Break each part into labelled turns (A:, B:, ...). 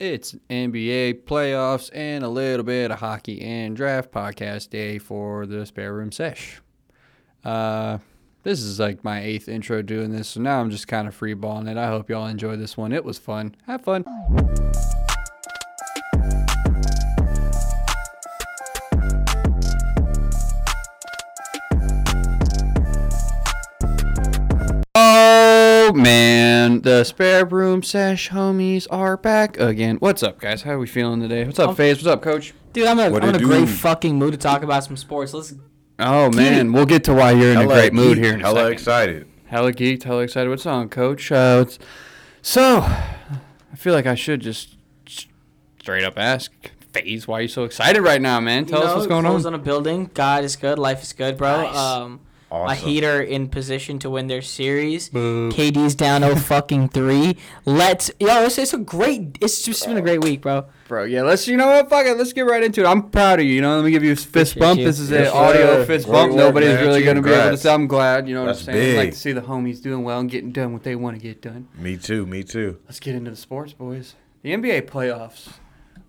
A: It's NBA playoffs and a little bit of hockey and draft podcast day for the spare room sesh. Uh, this is like my eighth intro doing this, so now I'm just kind of freeballing it. I hope y'all enjoy this one. It was fun. Have fun. Oh man, the spare room sesh homies are back again. What's up, guys? How are we feeling today? What's up,
B: Um,
A: FaZe? What's up, Coach?
B: Dude, I'm, in a,
C: What
B: I'm in a
C: it
B: great
C: do?
B: fucking mood to talk about some sports. Let's.
A: Oh man, we'll get to why you're in a great mood here in a
C: Hella
A: second.
C: excited.
A: Hella geeked, hella excited. What's on, Coach? Uh, it's, so, I feel like I should just s- straight up ask Faze, why you so excited right now, man? Tell
B: you
A: us
B: know,
A: what's going
B: close
A: on.
B: a building. God is good. Life is good, bro.
A: Nice.
B: Um, a
C: Awesome.
B: heater in position to win their series. KD's down 0 fucking three. Let's. Yo, it's, it's a great. It's just been a great week, bro.
A: Bro, yeah, let's, you know what? Fuck it, let's get right into it. I'm proud of you, you know? Let me give you a fist
B: Appreciate
A: bump.
B: you.
A: This is an
C: Yes,
A: audio
C: sir.
A: fist
C: Great
A: bump.
C: work,
A: Nobody's
C: man.
A: really going to be able to
C: Congrats.
A: say, I'm glad, you know
C: That's
A: what I'm saying? I like
C: big.
A: to see the homies doing well and getting done what they want to get done.
C: Me too. Me too.
A: Let's get into the sports, boys. The NBA playoffs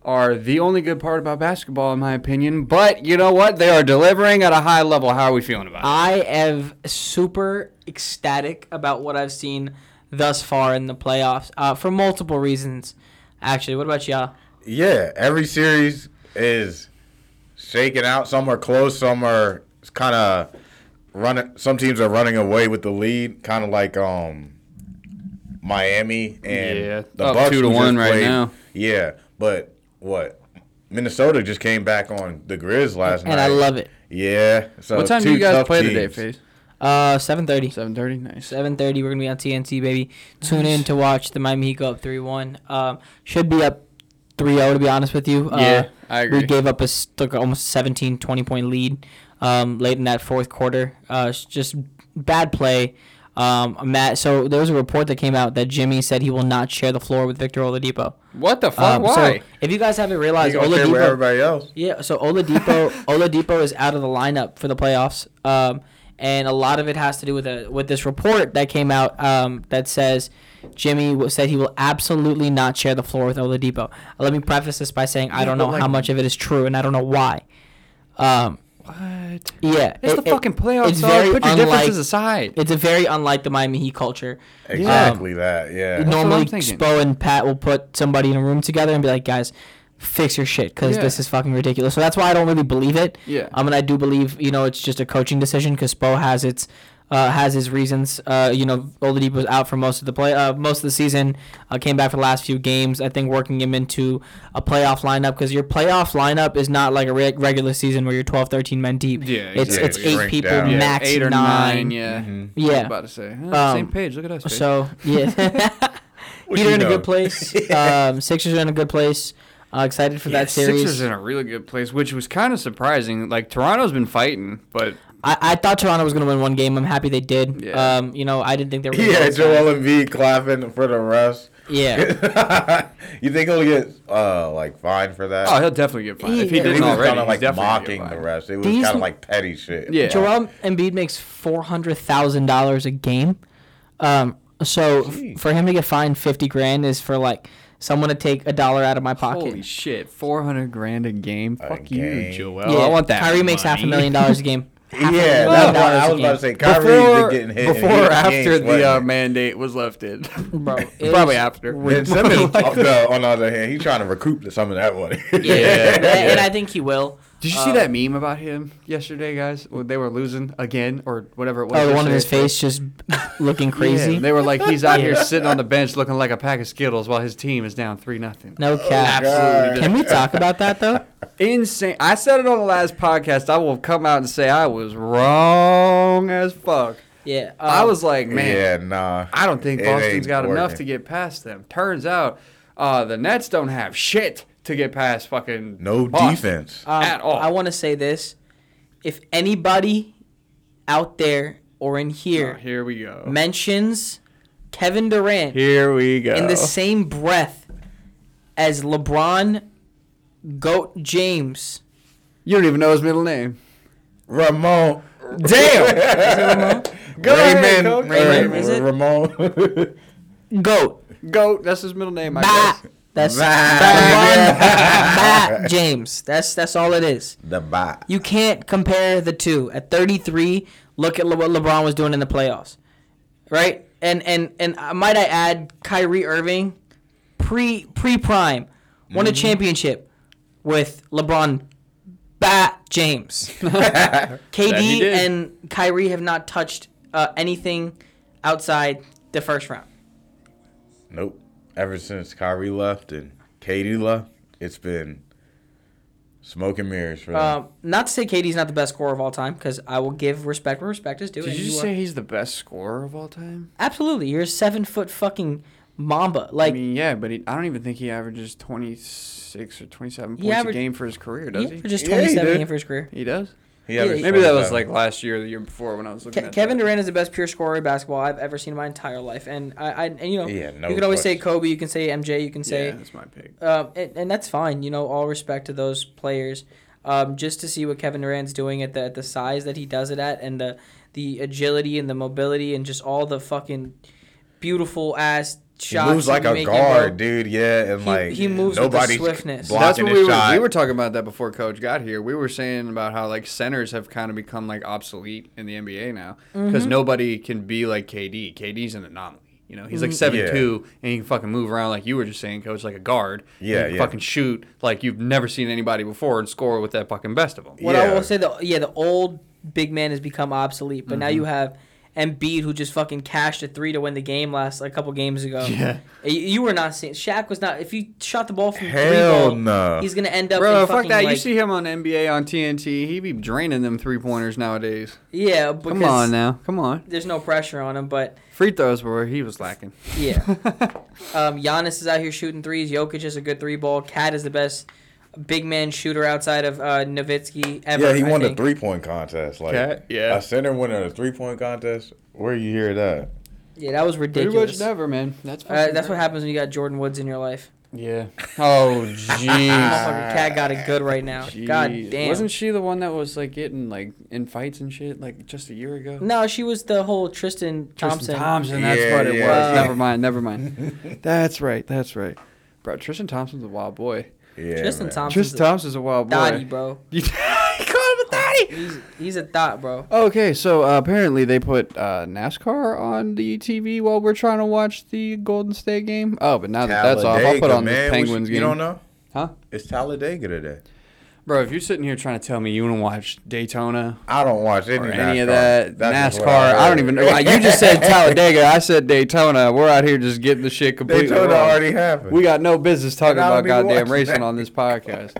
A: are the only good part about basketball, in my opinion. But you know what? They are delivering at a high level. How are we feeling about it?
B: I am super ecstatic about what I've seen thus far in the playoffs uh, for multiple reasons. Actually, what about y'all?
C: Yeah, every series is shaking out. Some are close. Some are kind of running. Some teams are running away with the lead, kind of like um Miami and
A: Yeah,
C: the
A: up
C: Bucks
A: two to
C: who just
A: one right
C: played.
A: now.
C: Yeah, but what? Minnesota just came back on the Grizz last night,
B: And I love it.
C: Yeah. So
A: what time do
C: two
A: you guys
C: tough
A: play
C: teams.
A: today, Faze?
B: Uh, 7:30.
A: Seven thirty. Nice.
B: Seven thirty, we're gonna be on TNT, baby. Tune in to watch the Miami Heat go up three one. Um, should be up 3-0, to be honest with you. Uh,
A: Yeah, I agree.
B: We gave up a s- took almost 17, 20 point lead um, late in that fourth quarter. Uh, it's just bad play. Um, Matt. So there was a report that came out that Jimmy said he will not share the floor with Victor Oladipo.
A: What the fuck?
B: Um,
A: Why?
B: So if you guys haven't
C: You
B: realized,
C: gonna share with
B: Oladipo,
C: everybody else?
B: yeah, so Oladipo Oladipo is out of the lineup for the playoffs, um, and a lot of it has to do with a with this report that came out um, that says Jimmy w- said he will absolutely not share the floor with Oladipo. Let me preface this by saying I don't
A: but
B: know
A: like-
B: how much of it is true, and I don't know why. Um,
A: what?
B: yeah,
A: It's
B: it-
A: the
B: it-
A: fucking playoffs.
B: It's
A: dog.
B: very
A: Put your
B: unlike-
A: differences aside.
B: It's a very unlike the Miami Heat culture.
C: Exactly that. Yeah.
A: what
B: Normally,
A: I'm thinking.
B: Spo and Pat will put somebody in a room together and be like, guys, fix your shit because
A: Yeah.
B: this is fucking ridiculous. So that's why I don't really believe it. Um,
A: Yeah.
B: I mean, I do believe, you know, it's just a coaching decision because Spo has its. Uh, has his reasons. Uh, you know, Oladipo's out for most of the play, uh, most of the season. Uh, came back for the last few games. I think working him into a playoff lineup because your playoff lineup is not like a re- regular season where you're 12, 13 men deep.
A: Yeah,
B: it's
A: exactly.
B: it's eight
C: Shrink
B: people
C: down. Yeah,
B: max
A: eight or nine. Mm-hmm.
B: nine.
A: yeah. I was
B: Yeah.
A: about to say. Huh,
B: Um,
A: same page. Look at us. Faze.
B: So yeah.
C: What
B: Heat are
C: you
B: in a
C: know?
B: good place. um, Sixers are in a good place. Uh, excited for
A: Yeah,
B: that series.
A: Sixers in a really good place, which was kind of surprising. Like Toronto's been fighting, but
B: I, I thought Toronto was going to win one game. I'm happy they did.
A: Yeah.
B: Um, you know, I didn't think they were. gonna
C: Yeah,
B: win.
C: Joel Embiid clapping for the refs.
B: Yeah.
C: you think he'll get uh like fined for that?
A: oh, he'll definitely get fined.
B: He-
A: if he
B: Yeah,
C: he
A: didn't
C: was
A: already,
C: kind of
A: he's
C: like
A: definitely gonna get
C: mocking the
A: fined.
C: refs. It was
B: These-
C: kind of like petty shit.
A: Yeah.
B: Joel Embiid makes four hundred thousand dollars a game. Um, so f-
C: Jeez.
B: for him to get fined fifty grand is for like someone to take a dollar out of my pocket.
A: Holy shit, four hundred grand a game. Fuck you,
C: game.
A: Joel. Oh, I want that.
B: Kyrie makes half a
A: money.
B: million dollars a game. Half a
C: Yeah,
B: million
C: that's what
B: dollars
C: I
B: a
C: was about to
B: game.
C: say. Kyrie
A: before,
C: been getting hit. and
A: before
C: he-
A: or
C: he ain't
A: after the uh,
C: sweating.
A: mandate was lifted.
B: Bro, it
A: Probably
B: is-
A: after.
C: Ben Simmons, on the- on the other hand, he's trying to recoup some of that money.
B: Yeah, and- and
A: yeah.
B: I think he will.
A: Did you see
B: Uh,
A: that meme about him yesterday, guys? When they were losing again or whatever it was.
B: Oh, the one in his
A: yesterday?
B: face just looking
A: Yeah,
B: crazy.
A: they were like, he's out here sitting on the bench looking like a pack of Skittles while his team is down three nothing.
B: No cap.
A: Absolutely
B: Can we talk about that though?
A: insane. I said it on the last podcast. I will come out and say I was wrong as fuck.
B: Yeah. um,
A: I was like, man,
C: yeah, nah.
A: I don't think
C: It
A: Boston's
C: ain't
A: got enough
C: working.
A: to get past them. Turns out, uh, the Nets don't have shit to get past fucking
C: No
A: Boston.
C: defense.
A: at all.
B: I want to say this: if anybody out there or in
A: Oh,
B: here
A: here we go.
B: mentions Kevin Durant
A: Here we go.
B: in the same breath as LeBron, Goat James,
A: you don't even know his middle name.
C: Ramon.
A: Damn. Go ahead, Coach.
C: Raymond. Raymond.
B: Raymond, is it?
C: Ramon.
B: Goat,
A: Goat. That's his middle name. I
B: Bah.
A: guess.
B: That's
C: Bad.
B: Bad Bond, Bad James. That's that's all it is.
C: The bot.
B: You can't compare the two. At 33, look at what LeBron was doing in the playoffs, right? And and and uh, might I add, Kyrie Irving, pre pre prime, won a
A: Mm-hmm.
B: championship with LeBron, Bat James. KD
A: did.
B: and Kyrie have not touched uh, anything outside the first round.
C: Nope. Ever since Kyrie left and Katie left, it's been smoke and mirrors for them.
B: Um, not to say KD's not the best scorer of all time, because I will give respect where respect is due.
A: Did
B: and
A: you
B: are-
A: say he's the best scorer of all time?
B: absolutely? You're a seven foot fucking Mamba. Like
A: I mean, yeah, but he, I don't even think he averages 26 or 27
B: He
A: points
B: average-
A: a game for his career,
B: he
A: does he?
B: averaged just
C: Yeah, he
B: 27
C: did.
B: in his career.
A: He does?
C: he averaged
A: Maybe that was
C: 27.
A: like last year or the year before when I was looking
B: Ke-
A: at
B: Kevin
A: that.
B: Durant is the best pure scorer in basketball I've ever seen in my entire life, and I, I and you know,
C: Yeah, no
B: you could always say
C: question.
B: Kobe, you can say MJ, you can say,
A: Yeah, that's my pick.
B: um, and, and that's fine. You know, all respect to those players. Um, just to see what Kevin Durant's doing at the at the size that he does it at, and the the agility and the mobility, and just all the fucking beautiful ass
C: He
B: shots.
C: moves like
B: that
C: a
B: make you
C: guard,
B: go-
C: dude. Yeah, and
B: He-
C: like
B: he moves with the
C: nobody's
B: swiftness.
A: So that's
C: blocking
A: what
C: his
A: we were,
C: shot.
A: we were talking about that before coach got here we were saying about how like centers have kind of become like obsolete in the nba now because
B: Mm-hmm.
A: nobody can be like kd kd's an anomaly you know he's
B: Mm-hmm.
A: like seven two and he can fucking move around like you were just saying coach like a guard and
C: Yeah,
A: he can
C: yeah.
A: fucking shoot like you've never seen anybody before and score with that fucking best of them
B: What I
C: Yeah.
B: will say though, yeah, the old big man has become obsolete, but now
A: Mm-hmm.
B: you have Embiid who just fucking cashed a three to win the game last a couple games ago.
A: Yeah.
B: you, you were not seeing Shaq was not. If you shot the ball from three,
C: Hell
B: ball,
C: no.
B: he's gonna end up.
A: Bro,
B: in
A: fuck
B: fucking,
A: that! you
B: like-
A: see him on NBA on TNT. He be draining them three pointers nowadays.
B: yeah, because
A: Come on now, come on.
B: there's no pressure on him, but
A: Free throws were where he was lacking.
B: yeah, um, Giannis is out here shooting threes. Jokic is a good three ball. Cat is the best big man shooter outside of uh, Nowitzki ever.
C: yeah, he
B: I
C: won the
B: think.
C: three point contest. Like
A: Cat? Yeah.
C: a center winning a three point contest. Where you hear that?
B: Yeah, that was
A: Pretty
B: ridiculous.
A: much never, man. That's
B: Uh, that's what happens when you got Jordan Woods in your life.
A: Yeah. Oh jeez.
B: Motherfucking cat got it good right now.
A: Ah. Jeez.
B: God damn.
A: Wasn't she the one that was like getting like in fights and shit like just a year ago?
B: no, she was the whole Tristan Thompson.
A: Tristan Thompson, that's
C: Yeah,
A: what it
C: yeah,
A: was.
B: yeah.
A: Never mind, never mind. that's right, that's right. Bro, Tristan Thompson's a wild boy.
C: Yeah,
B: Tristan
C: man.
B: Thompson.
A: Tristan Thompson's a wild boy.
B: Dottie, bro.
A: You called him a daddy.
B: He's, he's a thought, bro.
A: Okay, so uh, apparently they put uh, NASCAR on the TV while we're trying to watch the Golden State game. Oh, but now that that's off, I'll put
C: Talladega,
A: on
C: man.
A: the
C: We
A: Penguins
C: should-
A: game.
C: You don't know?
A: Huh?
C: It's Talladega today.
A: Bro, if you're sitting here trying to tell me you want to watch Daytona
C: I don't watch any,
A: or any of
C: NASCAR.
A: that
C: That's
A: NASCAR.
C: just what
A: I, don't
C: heard.
A: even know. Like, You just said Talladega. I said Daytona. We're out here just getting the shit completely
C: Daytona
A: wrong.
C: already happened.
A: We got no business talking
C: And I
A: about
C: don't even
A: goddamn
C: watch
A: racing
C: that.
A: on this podcast.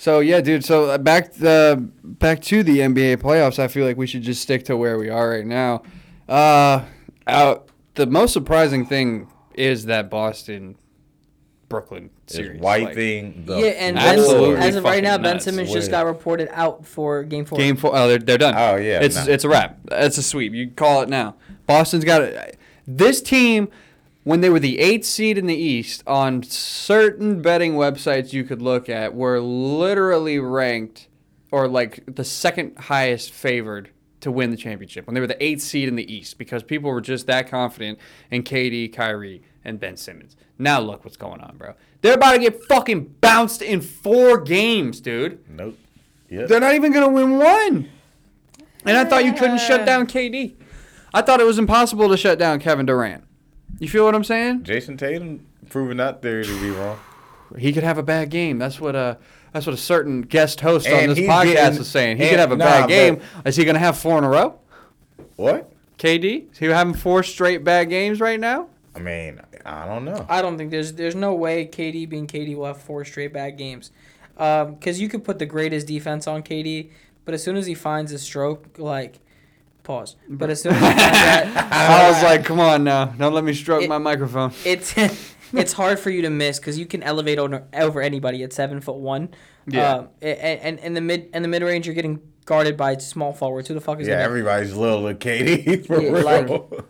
A: So yeah, dude. So uh, back the back to the NBA playoffs. I feel like we should just stick to where we are right now. Uh, out the most surprising thing is that Boston, Brooklyn
C: It's
A: series. Like,
C: wiping the
B: yeah, and
A: floor.
B: Ben,
A: Absolutely
B: as of right
A: fucking
B: now, Ben
A: nuts.
B: Simmons just
C: Wait.
B: got reported out for Game Four.
A: Game four. Oh, they're, they're done.
C: Oh, yeah,
A: It's
C: nah.
A: it's a wrap. It's a sweep. You call it now. Boston's got it. This team, when they were the eighth seed in the East, on certain betting websites you could look at, were literally ranked or like the second highest favored to win the championship when they were the eighth seed in the East because people were just that confident in KD, Kyrie, and Ben Simmons. Now look what's going on, bro. They're about to get fucking bounced in four games, dude.
C: Nope. Yeah.
A: They're not even going to win one. And I thought you couldn't shut down KD. I thought it was impossible to shut down Kevin Durant. You feel what I'm saying?
C: Jason Tatum proving that theory to be wrong.
A: He could have a bad game. That's what uh that's what a certain guest host
C: And
A: on this
C: he's
A: podcast
C: getting-
A: is saying. He
C: and-
A: could have a
C: nah,
A: bad
C: but-
A: game. Is he going to have four in a row?
C: What?
A: KD? Is he having four straight bad games right now?
C: I mean, I don't know.
B: I don't think there's there's no way KD being KD will have four straight bad games, because you could put the greatest defense on KD, but as soon as he finds a stroke, like pause. But as soon as he finds that,
A: I was like, come on now. Don't let me stroke
B: It-
A: my microphone.
B: it's it's hard for you to miss because you can elevate over, over anybody at seven foot one.
A: Yeah.
B: Um, a- and and in the mid and the mid range, you're getting guarded by small forwards. Who the fuck is
C: yeah,
B: gonna-
C: everybody's little at Katie for
B: Yeah,
C: real.
B: like-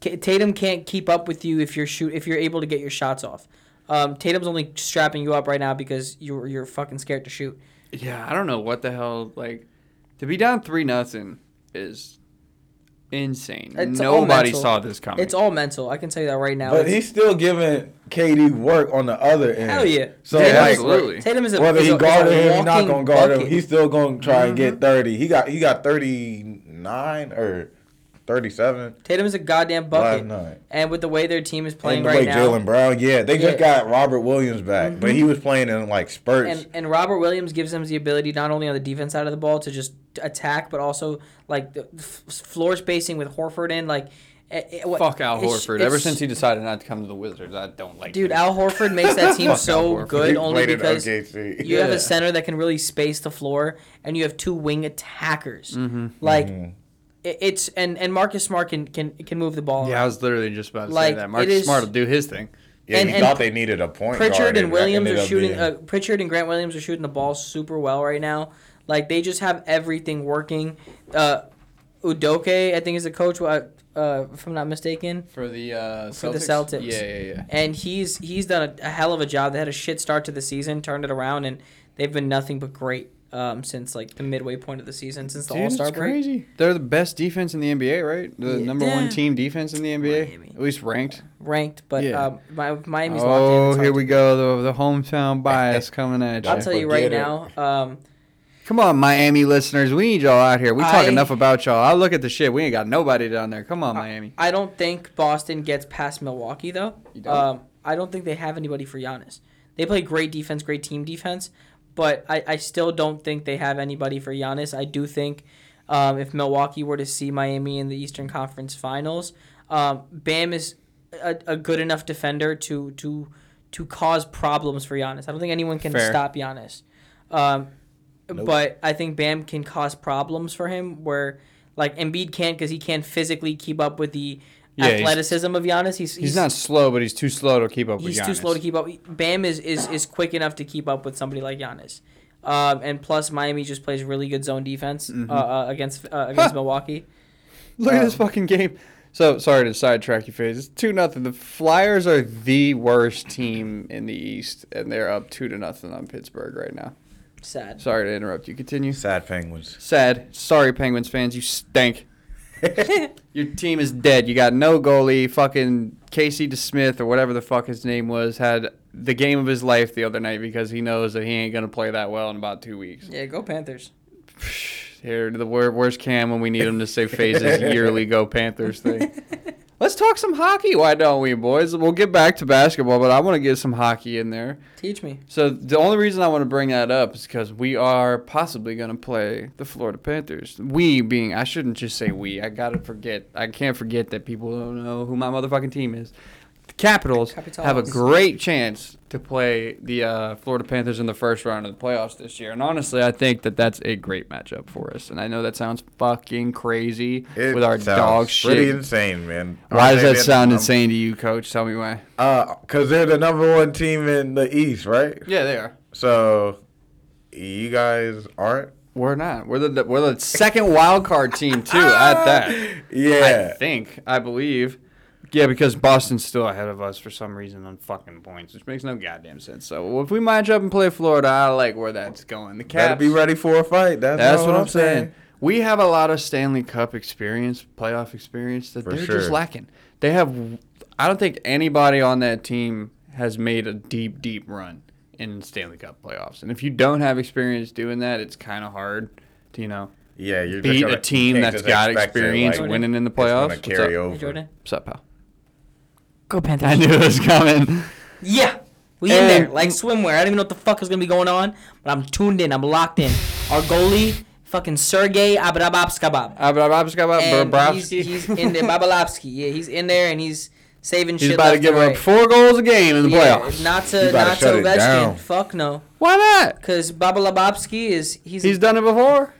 B: K- Tatum can't keep up with you if you're shoot if you're able to get your shots off. Um, Tatum's only strapping you up right now because you're you're fucking scared to shoot.
A: Yeah, I don't know what the hell. Like, to be down three nothing is insane.
B: It's all
A: Nobody
B: mental.
A: saw this coming.
B: It's all mental. I can tell you that right now.
C: But
B: It's-
C: he's still giving KD work on the other end.
B: Hell yeah.
C: So
A: Yeah,
C: like,
A: absolutely.
B: Tatum is a
C: whether
B: is a-
C: he
B: is a
C: guarded him, he not
B: walking
C: gonna guard him.
B: bucket. Mm-hmm.
C: He's still gonna try and get thirty. He got he got thirty nine or thirty seven
B: Tatum is a goddamn
C: last
B: bucket.
C: night.
B: And with the way their team is playing
C: And the
B: right
C: way
B: now,
C: Jalen Brown, yeah, they just
B: Yeah. Mm-hmm.
C: got Robert Williams back, but he was playing in like spurts.
B: and and Robert Williams gives them the ability not only on the defense side of the ball to just attack, but also like the f- floor spacing with Horford in like. eh, eh, what-
A: Fuck Al
B: it's-
A: Horford. Ever
B: it's-
A: since he decided not to come to the Wizards, I don't like
B: Dude,
A: him.
B: Al Horford makes that team
A: Fuck Al
B: so
A: Horford.
B: good
C: He
B: only
C: played in
B: because
C: OKC.
B: you have
A: Yeah.
B: a center that can really space the floor, and you have two wing attackers.
A: Mm-hmm.
B: Like it- it's and and Marcus Smart can can can move the ball.
A: Yeah, I was literally just about to
B: Like,
A: say
B: it
A: that. Marcus
B: is-
A: Smart will do his thing.
C: yeah,
B: and-
C: you
B: and
C: thought they needed a point guard,
B: Pritchard and
C: that
B: Williams
C: ended
B: are
C: up
B: shooting.
C: being-
B: Uh, Pritchard and Grant Williams are shooting the ball super well right now. Like they just have everything working. Uh, Udoke, I think, is the coach. Uh, uh, if I'm not mistaken,
A: For the uh, Celtics?
B: For the Celtics.
A: Yeah, yeah, yeah.
B: and he's he's done a, a hell of a job. They had a shit start to the season, turned it around, and they've been nothing but great um, since like the midway point of the season, since the All Star break.
A: crazy. They're the best defense in the NBA, right? The
B: Yeah.
A: number one
B: Yeah.
A: team defense in the NBA,
B: Miami.
A: at least ranked.
B: Ranked, but
A: Yeah.
B: um, Mi- Miami's locked in.
A: Oh,
B: It's
A: here
B: hard
A: we
B: to-
A: go. The, the hometown bias coming at you.
B: I'll tell you right
C: Forget it.
B: now. Um,
A: Come on, Miami listeners. We need y'all out here. We talk
B: I-
A: enough about y'all. I look at the shit. We ain't got nobody down there. Come on, Miami.
B: I don't think Boston gets past Milwaukee though.
A: You don't?
B: Um, I don't think they have anybody for Giannis. They play great defense, great team defense, but I, I still don't think they have anybody for Giannis. I do think um, if Milwaukee were to see Miami in the Eastern Conference Finals, um, Bam is a, a good enough defender to to to cause problems for Giannis. I don't think anyone can
A: Fair.
B: stop Giannis. Um, But I think Bam can cause problems for him where like Embiid can't because he can't physically keep up with the
A: Yeah, he's-
B: athleticism of Giannis. He's, he's,
A: He's not slow, but he's too slow to keep up with
B: he's
A: Giannis.
B: too slow to keep up. Bam is, is is quick enough to keep up with somebody like Giannis. Um, and plus Miami just plays really good zone defense
A: Mm-hmm.
B: uh, uh, against uh, against Milwaukee.
A: Look at this fucking game. So sorry to sidetrack you, Faze. It's two nothing. The Flyers are the worst team in the East, and they're up two to nothing on Pittsburgh right now.
B: Sad.
A: Sorry to interrupt you. Continue.
C: sad Penguins.
A: Sad. Sorry, Penguins fans. You stink. Your team is dead. You got no goalie. Fucking Casey DeSmith or whatever the fuck his name was had the game of his life the other night because he knows that he ain't gonna play that well in about two weeks.
B: Yeah, go Panthers.
A: Here, the wor- where's Cam when we need him to say phases yearly go Panthers thing. Let's talk some hockey. Why don't we, boys? We'll get back to basketball, but I want to get some hockey in there.
B: Teach me.
A: So the only reason I want to bring that up is because we are possibly going to play the Florida Panthers. We being, I shouldn't just say we. I gotta forget. I can't forget that people don't know who my motherfucking team is. The Capitals have a
B: Capitals.
A: great chance to play the uh, Florida Panthers in the first round of the playoffs this year. And honestly, I think that that's a great matchup for us. And I know that sounds fucking crazy
C: It
A: with our
C: sounds
A: dog
C: Pretty
A: shit.
C: insane, man.
A: Why does
C: Honestly,
A: that sound
C: I'm-
A: insane to you, Coach? Tell me why.
C: Uh, cause they're the number one team in the East, right?
A: Yeah, they are.
C: So you guys aren't.
A: We're not. We're the we're the second wild card team too. At that, I
C: Yeah.
A: think I believe. Yeah, because Boston's still ahead of us for some reason on fucking points, which makes no goddamn sense. So if we match up and play Florida, I like where that's going. The
C: Gotta
A: Caps.
C: be ready for a fight. That's,
A: That's
C: all
A: what I'm saying. We have a lot of Stanley Cup experience, playoff experience that
C: For
A: they're
C: sure.
A: just lacking. They have. I don't think anybody on that team has made a deep, deep run in Stanley Cup playoffs. And if you don't have experience doing that, it's kind of hard to you know
C: Yeah, you're
A: beat
C: just gonna,
A: a team
C: you can't
A: that's
C: just
A: got
C: expect to,
A: experience
C: like,
A: winning in the
C: it's gonna
A: playoffs. What's
C: Carry
A: up?
B: Hey,
C: over.
B: Jordan.
A: What's up, pal?
B: Go Panthers.
A: I knew it was coming.
B: Yeah. We in
A: And-
B: there like swimwear. I don't even know what the fuck is gonna be going on, but I'm tuned in. I'm locked in. Our goalie, fucking Sergey Abrababskabab.
A: Uh,
B: and he's,
A: Bobrovsky.
B: he's in there. Babalowski, yeah, he's in there and he's saving
A: He's
B: shit.
A: about to
B: left
A: give
B: and
A: up
B: right.
A: four goals a game in the
B: Yeah,
A: playoffs.
B: Not
C: You
B: to
C: gotta
B: not to
C: shut it down.
B: Ovechkin. Fuck no,
A: Why not?
B: because Babalababski is he's,
A: He's done it before.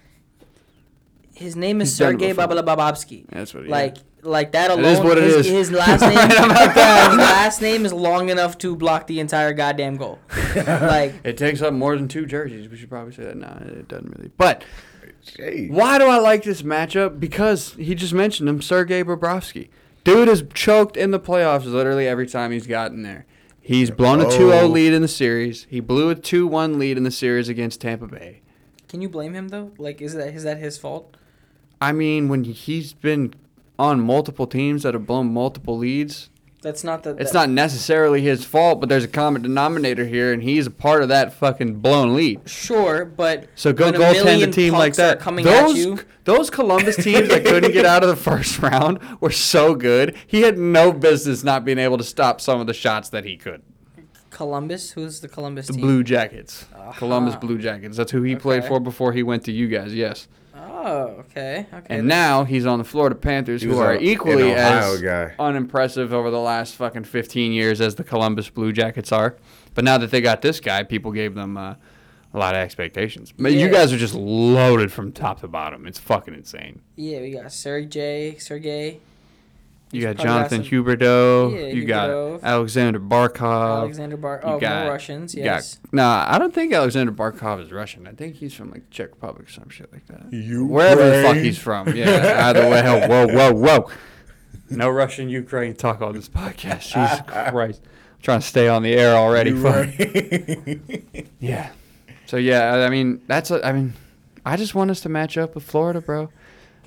B: his name is
A: he's done it
B: Sergey
A: before.
B: Babalababski.
A: That's what he
B: like like that alone.
A: is what it
B: his,
A: is.
B: his last
A: Right
B: name.
A: about that.
B: his last name is long enough to block the entire goddamn goal. like
A: It takes up more than two jerseys. We should probably say that. No, it doesn't really. But
C: Jeez.
A: why do I like this matchup? Because he just mentioned him, Sergei Bobrovsky. Dude is choked in the playoffs literally every time he's gotten there. He's blown a 2 0
C: Oh.
A: lead in the series. He blew a 2 1 lead in the series against Tampa Bay.
B: can you blame him though? Like is that is that his fault?
A: I mean, when he's been on multiple teams that have blown multiple leads,
B: That's not the.
A: it's not necessarily his fault, but there's a common denominator here, and he's a part of that fucking blown lead.
B: sure, but
A: So go
B: when a
A: goaltend
B: million
A: a team like
B: punks are
A: that.
B: Coming
A: those
B: at you,
A: those Columbus teams that couldn't get out of the first round were so good. He had no business not being able to stop some of the shots that he could.
B: Columbus. Who's the Columbus
A: The
B: team?
A: Blue Jackets, Columbus
B: Aha.
A: Blue Jackets. That's who he played
B: Okay.
A: for before he went to you guys. Yes,
B: Oh, okay, okay.
A: and now he's on the Florida Panthers,
C: He
A: who
C: was
A: are
C: a- an
A: equally
C: Ohio
A: as
C: guy.
A: unimpressive over the last fucking 15 years as the Columbus Blue Jackets are. But now that they got this guy, people gave them uh, a lot of expectations. But you
B: Yeah.
A: guys are just loaded from top to bottom. It's fucking insane.
B: yeah, we got Sergey, Sergey,
A: You got
B: Probably got
A: Jonathan
B: some-
A: Huberdeau.
B: Yeah,
A: you
B: Huberdeau.
A: got Alexander Barkov.
B: Alexander Bar.
A: Uh, you
B: Oh,
A: got-
B: more Russians.
A: you
B: Yes.
A: got, nah, I don't think Alexander Barkov is Russian. I think he's from like Czech Republic or some shit like that.
C: You
A: Wherever the fuck he's from. Yeah. either way, hell, whoa, whoa, whoa. No Russian Ukraine talk on this podcast. Jesus Christ. I'm trying to stay on the air already. Fuck. Yeah. So yeah, I I mean that's a, I mean, I just want us to match up with Florida, bro.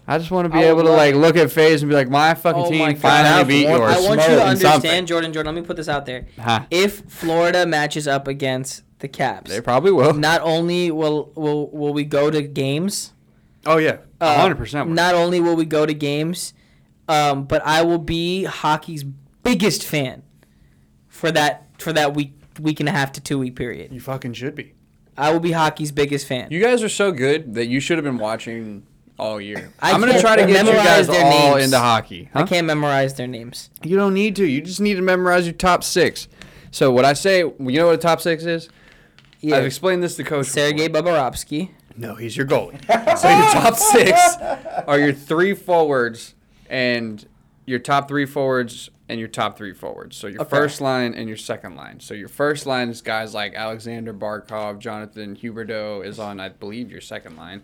A: I just want to be
B: I would
A: able to
B: love
A: like look at FaZe and be like, my fucking
B: Oh
A: team
B: my God.
A: finally
C: I
A: beat
C: want-
A: yours.
C: or
B: I want you
C: smoke
B: to
A: in something.
B: understand, Jordan. Jordan, let me put this out there.
A: Huh.
B: If Florida matches up against the Caps,
A: They probably will.
B: not only will will will we go to games.
A: oh yeah,
B: uh,
A: hundred percent.
B: Not only will we go to games, um, but I will be hockey's biggest fan for that for that week week and a half to two week period.
A: You fucking should be.
B: I will be hockey's biggest fan.
A: You guys are so good that you should have been watching all year.
B: I
A: I'm gonna
B: can't
A: try to get you
B: memorize
A: guys
B: their
A: all
B: names.
A: into hockey.
B: I
A: huh?
B: can't memorize their names.
A: You don't need to. You just need to memorize your top six. So what I say, you know what a top six is?
B: Yeah,
A: I've explained this to Coach.
B: Sergei Bobrovsky.
A: No, he's your goalie. so your top six are your three forwards and your top three forwards and your top three forwards. So your
B: Okay.
A: first line and your second line. So your first line is guys like Alexander Barkov, Jonathan Huberdeau is on, I believe, your second line.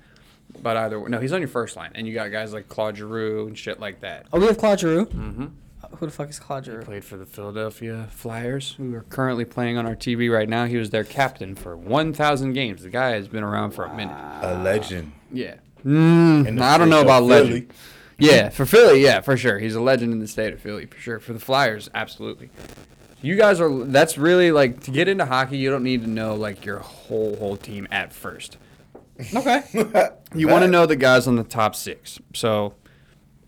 A: But either way, no, he's on your first line, and you got guys like Claude Giroux and shit like that.
B: Oh, we have Claude Giroux.
A: Mm-hmm.
B: Uh, Who the fuck is Claude Giroux?
A: Played for the Philadelphia Flyers, who are currently playing on our TV right now. He was their captain for 1,000 games. The guy has been around for a minute.
C: A legend.
A: Yeah. Mm, I don't know about legend. Yeah, for Philly, yeah, for sure. He's a legend in the state of Philly, for sure. For the Flyers, absolutely. You guys are that's really like to get into hockey, you don't need to know like your whole whole team at first.
B: Okay.
A: You want to know the guys on the top 6. So,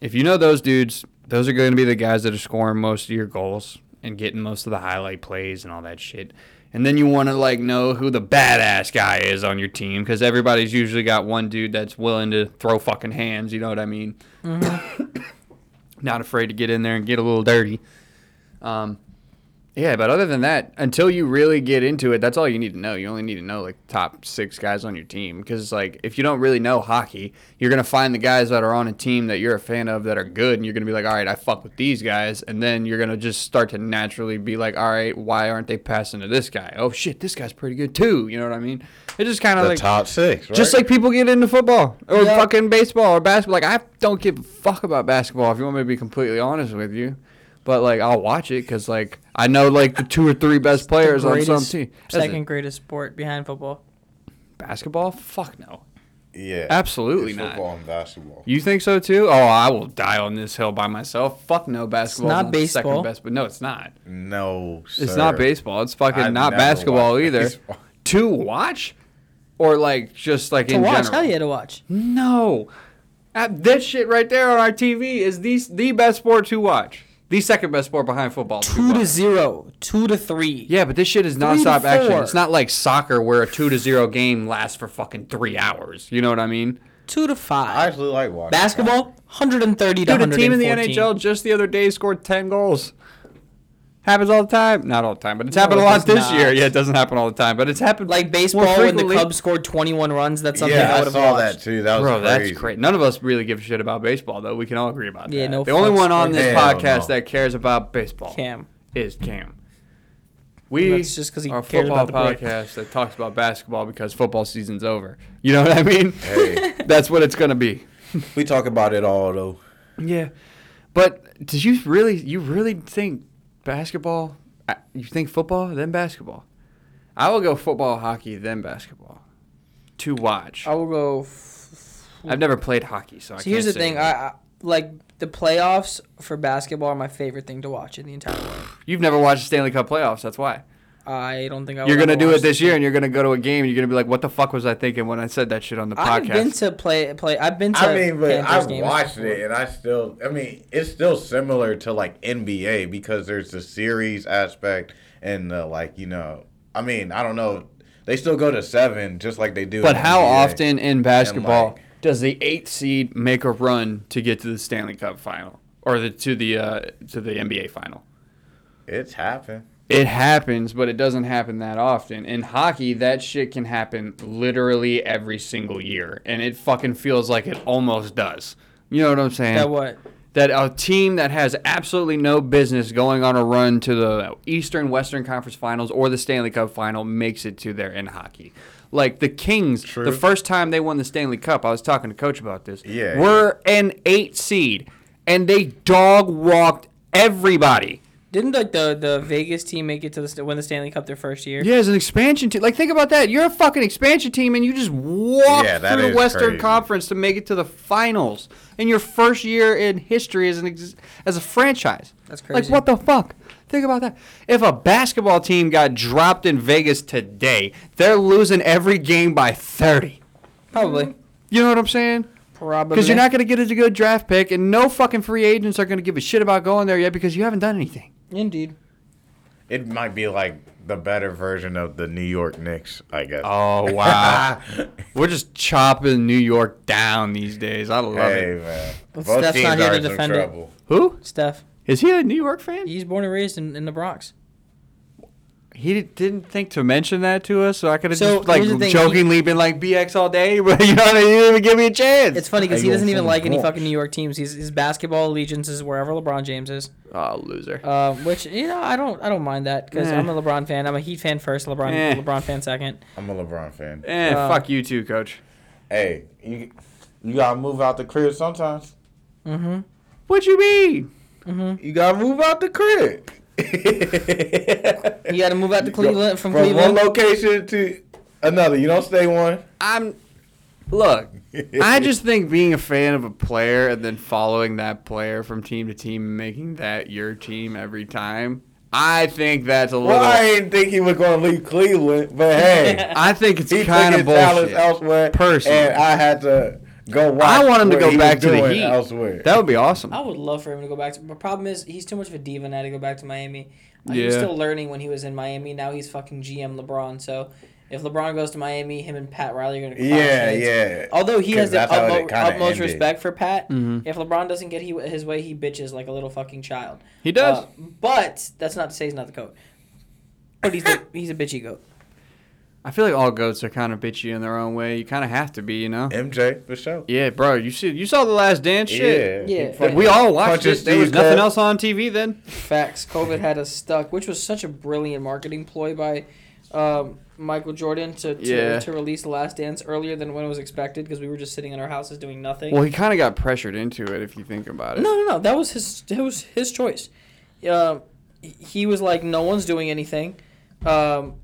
A: if you know those dudes, those are going to be the guys that are scoring most of your goals and getting most of the highlight plays and all that shit. And then you want to like know who the badass guy is on your team because everybody's usually got one dude that's willing to throw fucking hands. You know what I mean? Not afraid to get in there and get a little dirty. Um, yeah, but other than that, until you really get into it, that's all you need to know. You only need to know like top six guys on your team because like if you don't really know hockey, you're gonna find the guys that are on a team that you're a fan of that are good, and you're gonna be like, all right, I fuck with these guys, and then you're gonna just start to naturally be like, all right, why aren't they passing to this guy? Oh shit, this guy's pretty good too. You know what I mean? It just kind of
C: The
A: like
C: top six, right?
A: just like people get into football or
B: Yeah.
A: fucking baseball or basketball. Like I don't give a fuck about basketball. If you want me to be completely honest with you, but like I'll watch it because like I know like the two or three best players on some team. That's
B: Second
A: it.
B: greatest sport behind football.
A: basketball? Fuck no.
C: yeah,
A: Absolutely
C: It's
A: not.
C: Football and basketball.
A: You think so too? Oh, I will die on this hill by myself. Fuck no, basketball.
B: not
A: Second
B: baseball.
A: best, but no, it's not.
C: No,
A: It's
C: sir.
A: not baseball. It's fucking
C: I've
A: not
C: never
A: basketball
C: watched
A: either.
C: baseball.
A: To watch, or like just like
B: To
A: in
B: watch?
A: general.
B: Hell yeah, to watch.
A: No. Uh, That shit right there on our TV is the, the best sport to watch. The second best sport behind football. to
B: Two to
A: watch.
B: zero. Two to three.
A: Yeah, but this shit is
B: to
A: nonstop action.
B: four.
A: It's not like soccer where a two to zero game lasts for fucking three hours. You know what I mean?
B: Two to
C: I
B: five.
C: actually like watching
B: Basketball, 130 to
A: Dude, a team in the
B: 114.
A: NHL just the other day scored ten goals. Happens all the time. Not all the time, but it's happened
B: it
A: a lot
B: does
A: this
B: not.
A: year. Yeah, it doesn't happen all the time, but it's happened
B: Like
A: more
B: baseball, when the
A: frequently.
B: Cubs scored 21 runs, that's something
C: Yeah,
B: I
C: I
B: would have
C: saw
B: watched.
C: that too. That was
A: Bro,
C: crazy.
A: that's great. None of us really give a shit about baseball, though. We can all agree about
B: Yeah,
A: that.
B: no
A: the only
B: fucks
A: one on
B: for
A: this
C: Hell
A: podcast
C: no.
A: that cares about baseball
B: Cam.
A: is Cam. We
B: That's just 'cause he
A: are a
B: cares
A: football
B: about the break.
A: podcast that talks about basketball because football season's over. You know what I mean?
C: Hey.
A: That's what it's gonna be.
C: We talk about it all though.
A: Yeah, but did you really, you really think basketball? uh, You think football, then basketball? I will go football, hockey, then basketball. To watch,
B: I will go. F-
A: I've never played hockey, so I
B: so Oh. here's the
A: can't say
B: thing. I, I like the playoffs for basketball are my favorite thing to watch in the entire world.
A: You've never watched Stanley Cup playoffs. That's why.
B: I don't think I.
A: You're
B: would
A: gonna
B: ever
A: do
B: watch
A: it this year, and you're gonna go to a game, and you're gonna be like, "What the fuck was I thinking when I said that shit on the
B: I've been
A: podcast?"
B: to play play. I've been to.
C: I mean, but
B: Panthers
C: I've
B: games
C: watched
B: before.
C: it, and I still, I mean, it's still similar to like NBA because there's the series aspect and the like, you know, I mean, I don't know, they still go to seven just like they do.
A: But
C: in
A: how
C: NBA.
A: often in basketball
C: like-
A: does the eighth seed make a run to get to the Stanley Cup final or the to the uh, to the NBA final?
C: It's happened.
A: It happens, but it doesn't happen that often. In hockey, that shit can happen literally every single year, and it fucking feels like it almost does. You know what I'm saying?
B: That what?
A: that a team that has absolutely no business going on a run to the Eastern Western Conference Finals or the Stanley Cup Final makes it to there in hockey. Like the Kings, the first time they won the Stanley Cup, I was talking to Coach about this.
C: Yeah,
A: were an eight seed, and they dog walked everybody.
B: Didn't like the the Vegas team make it to the st- win the Stanley Cup their first year?
A: Yeah, as an expansion team, like think about that. You're a fucking expansion team, and you just walk
C: Yeah, that
A: through the
C: is
A: Western
C: crazy.
A: Conference to make it to the finals in your first year in history as an ex- as a franchise.
B: That's
A: Like
B: crazy.
A: what the fuck? Think about that. If a basketball team got dropped in Vegas today, they're losing every game by thirty.
B: Probably.
A: You know what I'm saying?
B: Probably.
A: Because you're not going to get a good draft pick, and no fucking free agents are going to give a shit about going there yet because you haven't done anything.
B: Indeed.
C: It might be like the better version of the New York Knicks, I guess.
A: Oh wow, we're just chopping New York down these days. I love
C: hey
A: it.
C: man,
B: Well,
C: both
B: Steph's
C: teams
B: not here
C: are
B: to
C: in some
B: defend it.
C: trouble.
A: Who
B: Steph.
A: is he a New York fan?
B: He's born and raised in, in the Bronx.
A: He di- didn't think to mention that to us, so I could have
B: So,
A: just like
B: here's the thing,
A: jokingly been like BX all day, but you know what I mean? You didn't even give me a chance.
B: It's funny because
C: How
B: he
C: you
B: doesn't
C: gonna
B: even
C: from
B: like any
C: Bronx?
B: fucking New York teams. He's, his basketball allegiance is wherever LeBron James is,
A: oh loser.
B: uh, which you know I don't I don't mind that because
A: Eh.
B: I'm a LeBron fan. I'm a Heat fan first, LeBron
A: Eh.
B: LeBron fan second.
C: I'm a LeBron fan.
A: Eh,
B: uh,
A: fuck you too, coach.
C: Hey, you, you gotta move out the crib sometimes.
B: Mm-hmm.
A: What you mean?
C: You gotta move out the crib.
B: You got to move out to Cleveland from,
C: one
B: Cleveland.
C: location to another. You don't stay one.
A: I'm. Look, I just think being a fan of a player and then following that player from team to team and making that your team every time, I think that's a little.
C: Well, I didn't think he was gonna leave Cleveland, but hey,
A: I think it's
C: he took
A: kind
C: his
A: of
C: talents
A: bullshit.
C: elsewhere.
A: Personally.
C: and I had to go watch.
A: I want him to
C: what
A: go
C: he
A: back
C: was
A: to the
C: doing
A: Heat.
C: elsewhere.
A: That would be awesome.
B: I would love for him to go back. to The problem is he's too much of a diva now to go back to Miami. Uh, He was
A: Yeah.
B: still learning when he was in Miami. Now he's fucking GM LeBron. So if LeBron goes to Miami, him and Pat Riley are gonna. clash
C: yeah,
B: heads.
C: yeah.
A: Oh.
B: Although he
C: 'Cause
B: has the
C: that's how it
B: utmost,
C: kinda
B: utmost
C: ended. Mm-hmm.
B: respect for Pat,
A: Mhm.
B: if LeBron doesn't get he, his way, he bitches like a little fucking child.
A: He does.
B: Uh, but that's not to say he's not the goat. But he's the, he's a bitchy goat.
A: I feel like all goats are kind of bitchy in their own way. You kind of have to be, you know.
C: MJ for sure.
A: Yeah, bro. You see, you saw the Last Dance shit.
C: Yeah,
B: Yeah.
C: He
A: Like,
C: fucking
A: we all watched
C: punches
A: it. There was
C: Steve Kerr.
A: nothing else on TV then.
B: Facts. COVID had us stuck, which was such a brilliant marketing ploy by um, Michael Jordan to to,
A: Yeah.
B: to release The Last Dance earlier than when it was expected because we were just sitting in our houses doing nothing.
A: Well, he kind of got pressured into it, if you think about it.
B: No, no, no. That was his. That was his choice. Um, h- he was like, no one's doing anything. Um,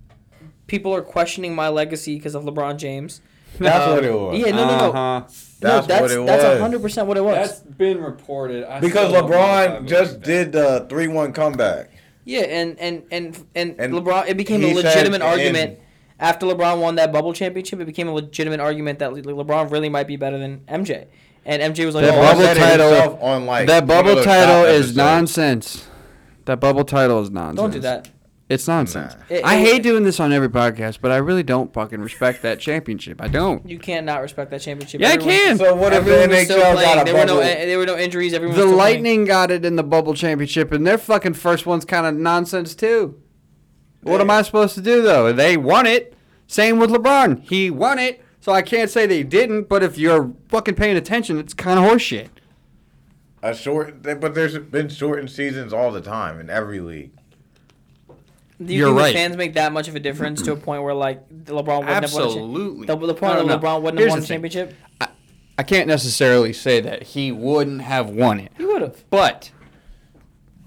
B: people are questioning my legacy because of LeBron James.
C: That's
B: Um,
C: what it was.
B: Yeah, no, no, no.
A: Uh-huh.
B: That's,
C: That's
B: no, that's
C: what it
B: that's
C: was.
B: hundred percent what it was.
A: been reported. I
C: Because LeBron just did the three-one comeback.
B: yeah, and and and and,
C: And
B: LeBron. It became a
C: he said
B: legitimate
C: in-
B: argument after LeBron won that bubble championship. It became a legitimate argument that Le- LeBron really might be better than MJ. And MJ was like,
A: That
B: oh,
A: bubble
B: I'm
C: said it
B: sorry.
A: title-
C: himself on like
A: that
C: one of
A: bubble
C: those
A: title
C: top
A: is
C: episodes.
A: nonsense. That bubble title is nonsense.
B: Don't do that.
A: It's nonsense.
C: Nah.
B: It-
A: I
B: it-
A: hate doing this on every podcast, but I really don't fucking respect that championship. I don't.
B: You can't not respect that championship.
A: Yeah, I can.
C: So what if the
B: Everyone was still
C: NHL
B: playing.
C: got a
B: there were no
C: bubble?
B: there were no injuries. Everyone
A: The
B: was still playing.
A: Lightning got it in the bubble championship, and their fucking first one's kind of nonsense too. What am I supposed to do though? They won it. Same with LeBron. He won it, so I can't say they didn't. But if you're fucking paying attention, it's kind of horseshit.
C: A short, but there's been shortened seasons all the time in every league.
B: Do you
A: You're
B: think the
A: right.
B: fans make that much of a difference to a point where like the LeBron wouldn't
A: Absolutely.
B: have won a cha- the, the point
A: No, no,
B: of
A: no.
B: LeBron wouldn't
A: Here's
B: have won
A: the
B: the
A: thing.
B: championship?
A: I can't necessarily say that he wouldn't have won it,
B: He would have.
A: but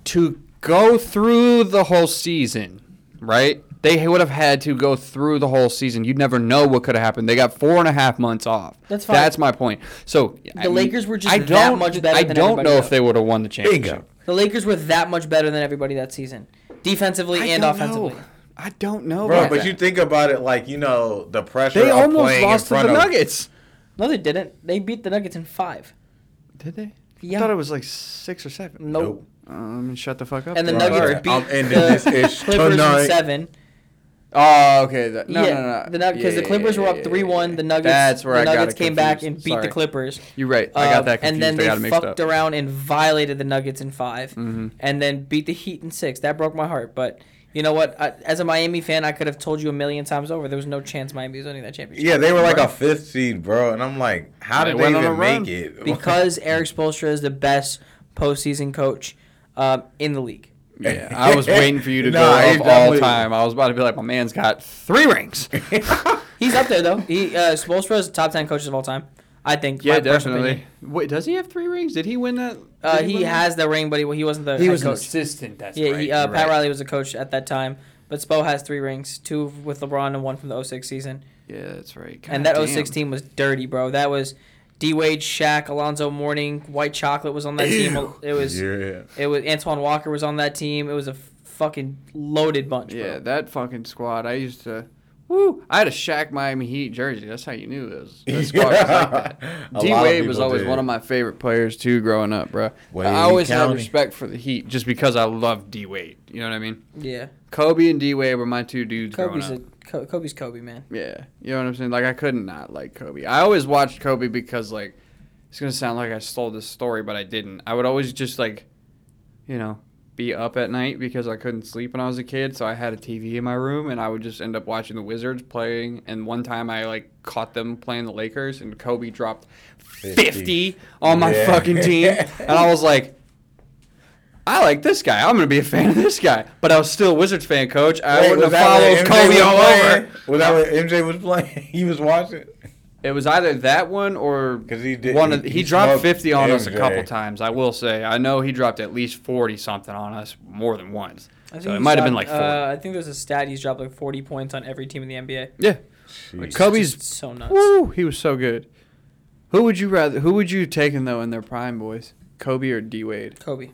A: to go through the whole season, right? They would have had to go through the whole season. You'd never know what could have happened. They got four and a half months off.
B: That's fine.
A: That's my point. So the
B: Lakers were just that much better
A: I
B: than
A: don't
B: everybody
A: know
B: else.
A: if they would have won the championship.
C: Bingo.
B: The Lakers were that much better than everybody that season, defensively
A: I
B: and
A: don't
B: offensively.
A: know. I don't know.
C: Bro,
A: about
C: but
A: that.
C: you think about it like, you know, the pressure
A: they
C: of
A: almost
C: playing
A: lost to
C: in
A: the
C: front of
A: Nuggets.
B: No, they didn't. They beat the Nuggets in five.
A: Did they?
B: Yeah.
A: I thought it was like six or seven.
B: Nope.
C: Nope.
A: Um, shut the fuck up.
B: And the
A: then.
C: Right.
B: Nuggets
C: Yeah,
B: beat
C: I'm ending this
B: the
C: ish
B: Clippers
C: tonight.
B: in seven.
A: Oh, okay. that- no,
B: yeah,
A: no, no, no.
B: The because
A: Yeah,
B: the Clippers were up
A: yeah,
B: three one. The
A: yeah.
B: Nuggets.
A: That's where
B: the
A: I got
B: Nuggets
A: it
B: came back
A: confused.
B: and beat
A: Sorry.
B: the Clippers.
A: You're right. I got
B: Um,
A: that confused.
B: And then
A: I
B: they
A: got it mixed
B: fucked
A: up. Mm-hmm.
B: around and violated the Nuggets in 5 and then beat the Heat in six. That broke my heart, but. You know what? I, as a Miami fan, I could have told you a million times over there was no chance Miami was winning that championship.
C: Yeah, they were like a fifth seed, bro. And I'm like, how
A: They
C: did they
A: went on a
C: even
A: run.
C: make it?
B: because Eric Spoelstra is the best postseason coach um, in the league.
A: Yeah, I was waiting for you to
C: Nah,
A: go
C: he
A: up all
C: definitely-
A: time. I was about to be like, my man's got three rings.
B: He's up there though. He uh, Spoelstra is top ten coaches of all time. I think.
A: yeah,
B: my personal
A: definitely.
B: opinion.
A: Wait, does he have three rings? Did he win that?
B: Uh,
A: did
B: he
A: win that?
B: has the ring, but he, he wasn't the.
A: He
B: head
A: was an
B: coach.
A: assistant. That's
B: Yeah,
A: right.
B: he, uh,
A: you're
B: Pat
A: right.
B: Riley was a coach at that time, but Spo has three rings, two with LeBron and one from the 06 season.
A: Yeah, that's right.
B: and that
A: God
B: 06
A: damn.
B: team was dirty, bro. That was D Wade, Shaq, Alonzo Mourning, White Chocolate was on that team. It was
C: yeah.
B: it was Antoine Walker was on that team. It was a fucking loaded bunch,
A: Yeah,
B: bro.
A: that fucking squad. I used to. Woo! I had a Shaq Miami Heat jersey. That's how you knew it was. That squad was like that.
C: A
A: D
C: lot of
A: Wade was
C: people
A: always
C: did.
A: one of my favorite players too, growing up, bro.
C: Wade
A: I always had
C: County.
A: respect for the Heat just because I love D Wade. You know what I mean?
B: Yeah,
A: Kobe and D Wade were my two dudes
B: Kobe's a,
A: growing up.
B: Co- Kobe's Kobe, man.
A: yeah, you know what I'm saying? Like I could not like Kobe. I always watched Kobe because like it's gonna sound like I stole this story, but I didn't. I would always just like, you know. Be up at night because I couldn't sleep when I was a kid, so I had a TV in my room, and I would just end up watching the Wizards playing. And one time, I like caught them playing the Lakers, and Kobe dropped 50,
C: 50.
A: on my
C: Yeah.
A: fucking team. And I was like, I like this guy. I'm going to be a fan of this guy. But I was still a Wizards fan, coach. I
C: Wait,
A: wouldn't have
C: was that
A: followed
C: when MJ
A: Kobe
C: was
A: all
C: playing?
A: over.
C: Was that what MJ was playing? He was watching.
A: It was either that one or
C: 'Cause he did-
A: one of, he,
C: he- he
A: dropped
C: smoked
A: 50 on us a
C: MJ.
A: couple times. I will say. I know he dropped at least 40 something on us more than once.
B: I think
A: So it
B: he's
A: might have been like
B: dropped-
A: 40.
B: Uh, I think there's a stat he's dropped like 40 points on every team in the NBA.
A: yeah.
C: Jeez.
A: Kobe's
B: It's so nuts.
A: Woo, he was so good. Who would you rather who would you take in though in their prime boys? Kobe or D Wade?
B: Kobe.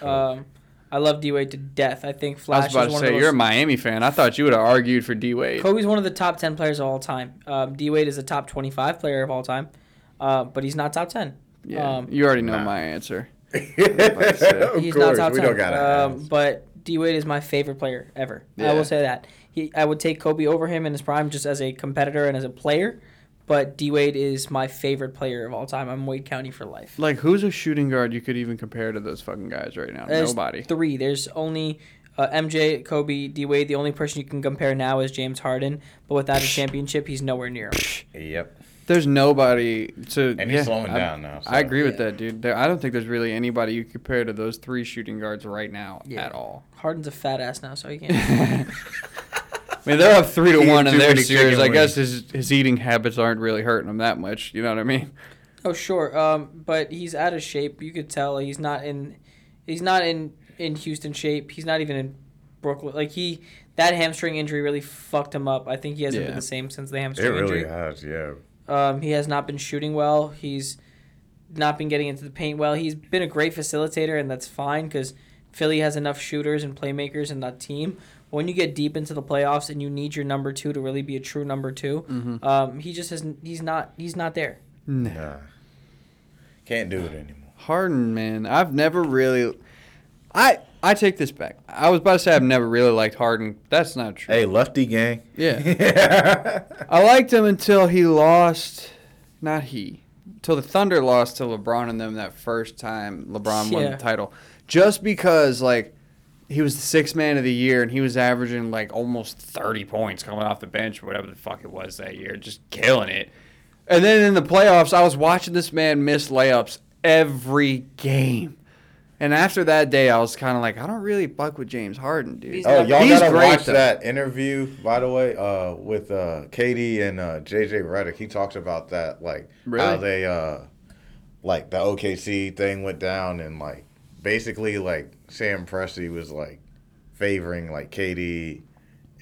B: Um, I love D Wade to death. I think
A: I
B: Flash
A: was about
B: is
A: to
B: one
A: say
B: of
A: you're a
B: those.
A: Miami fan. I thought you would have argued for D Wade.
B: Kobe's one of the top ten players of all time. Um, D Wade is a top twenty five player of all time, uh, but he's not top ten.
A: Yeah,
B: Um,
A: you already know
C: nah.
A: my answer.
C: of
B: he's not
C: course,
B: top
C: we
B: ten.
C: don't gotta.
B: um, but D Wade is my favorite player ever. I
A: Yeah.
B: will say that. He, I would take Kobe over him in his prime just as a competitor and as a player, but D Wade is my favorite player of all time. I'm Wade County for life.
A: Like, who's a shooting guard you could even compare to those fucking guys right now?
B: There's
A: Nobody.
B: Three. There's only uh, MJ, Kobe, D Wade. The only person you can compare now is James Harden, but without a championship, he's nowhere near him.
C: yep.
A: There's nobody to.
C: And he's
A: yeah,
C: slowing
A: I-
C: down now. so.
A: I agree with
B: Yeah.
A: that, dude. There, I don't think there's really anybody you compare to those three shooting guards right now
B: Yeah.
A: at all.
B: Harden's a fat ass now, so he can't.
A: I mean, they're up three to
C: He had
A: one in
C: too
A: their
C: many
A: series.
C: chicken
A: I guess
C: wings.
A: his his eating habits aren't really hurting him that much. You know what I mean?
B: Oh sure, um, but he's out of shape. You could tell he's not in, he's not in in Houston shape. He's not even in Brooklyn. Like he, that hamstring injury really fucked him up. I think he hasn't
A: Yeah.
B: been the same since the
C: It
B: hamstring
C: really
B: injury.
C: has, yeah.
B: Um, he has not been shooting well. He's not been getting into the paint well. He's been a great facilitator, and that's fine because Philly has enough shooters and playmakers in that team. But when you get deep into the playoffs and you need your number two to really be a true number 2
A: Mm-hmm.
B: um, he just hasn't. He's not. He's not there.
C: Nah. Can't do it anymore.
A: Harden, man, I've never really. I I take this back. I was about to say I've never really liked Harden. That's not true.
C: Hey, lefty gang.
A: Yeah.
C: yeah.
A: I liked him until he lost. Not he. Till the Thunder lost to LeBron and them that first time LeBron won
B: Yeah.
A: the title. Just because, like, he was the sixth man of the year and he was averaging, like, almost 30 points coming off the bench or whatever the fuck it was that year. Just killing it. And then in the playoffs, I was watching this man miss layups every game. And after that day, I was kind of like, I don't really fuck with James Harden, dude.
B: He's
C: Oh,
B: not-
C: y'all
A: He's
C: gotta
A: great,
C: watch
A: though.
C: that interview, by the way, uh, with uh, Katie and uh, JJ Redick. He talks about that, like
A: Really?
C: how they, uh, like the OKC thing went down, and like basically, like Sam Presti was like favoring like Katie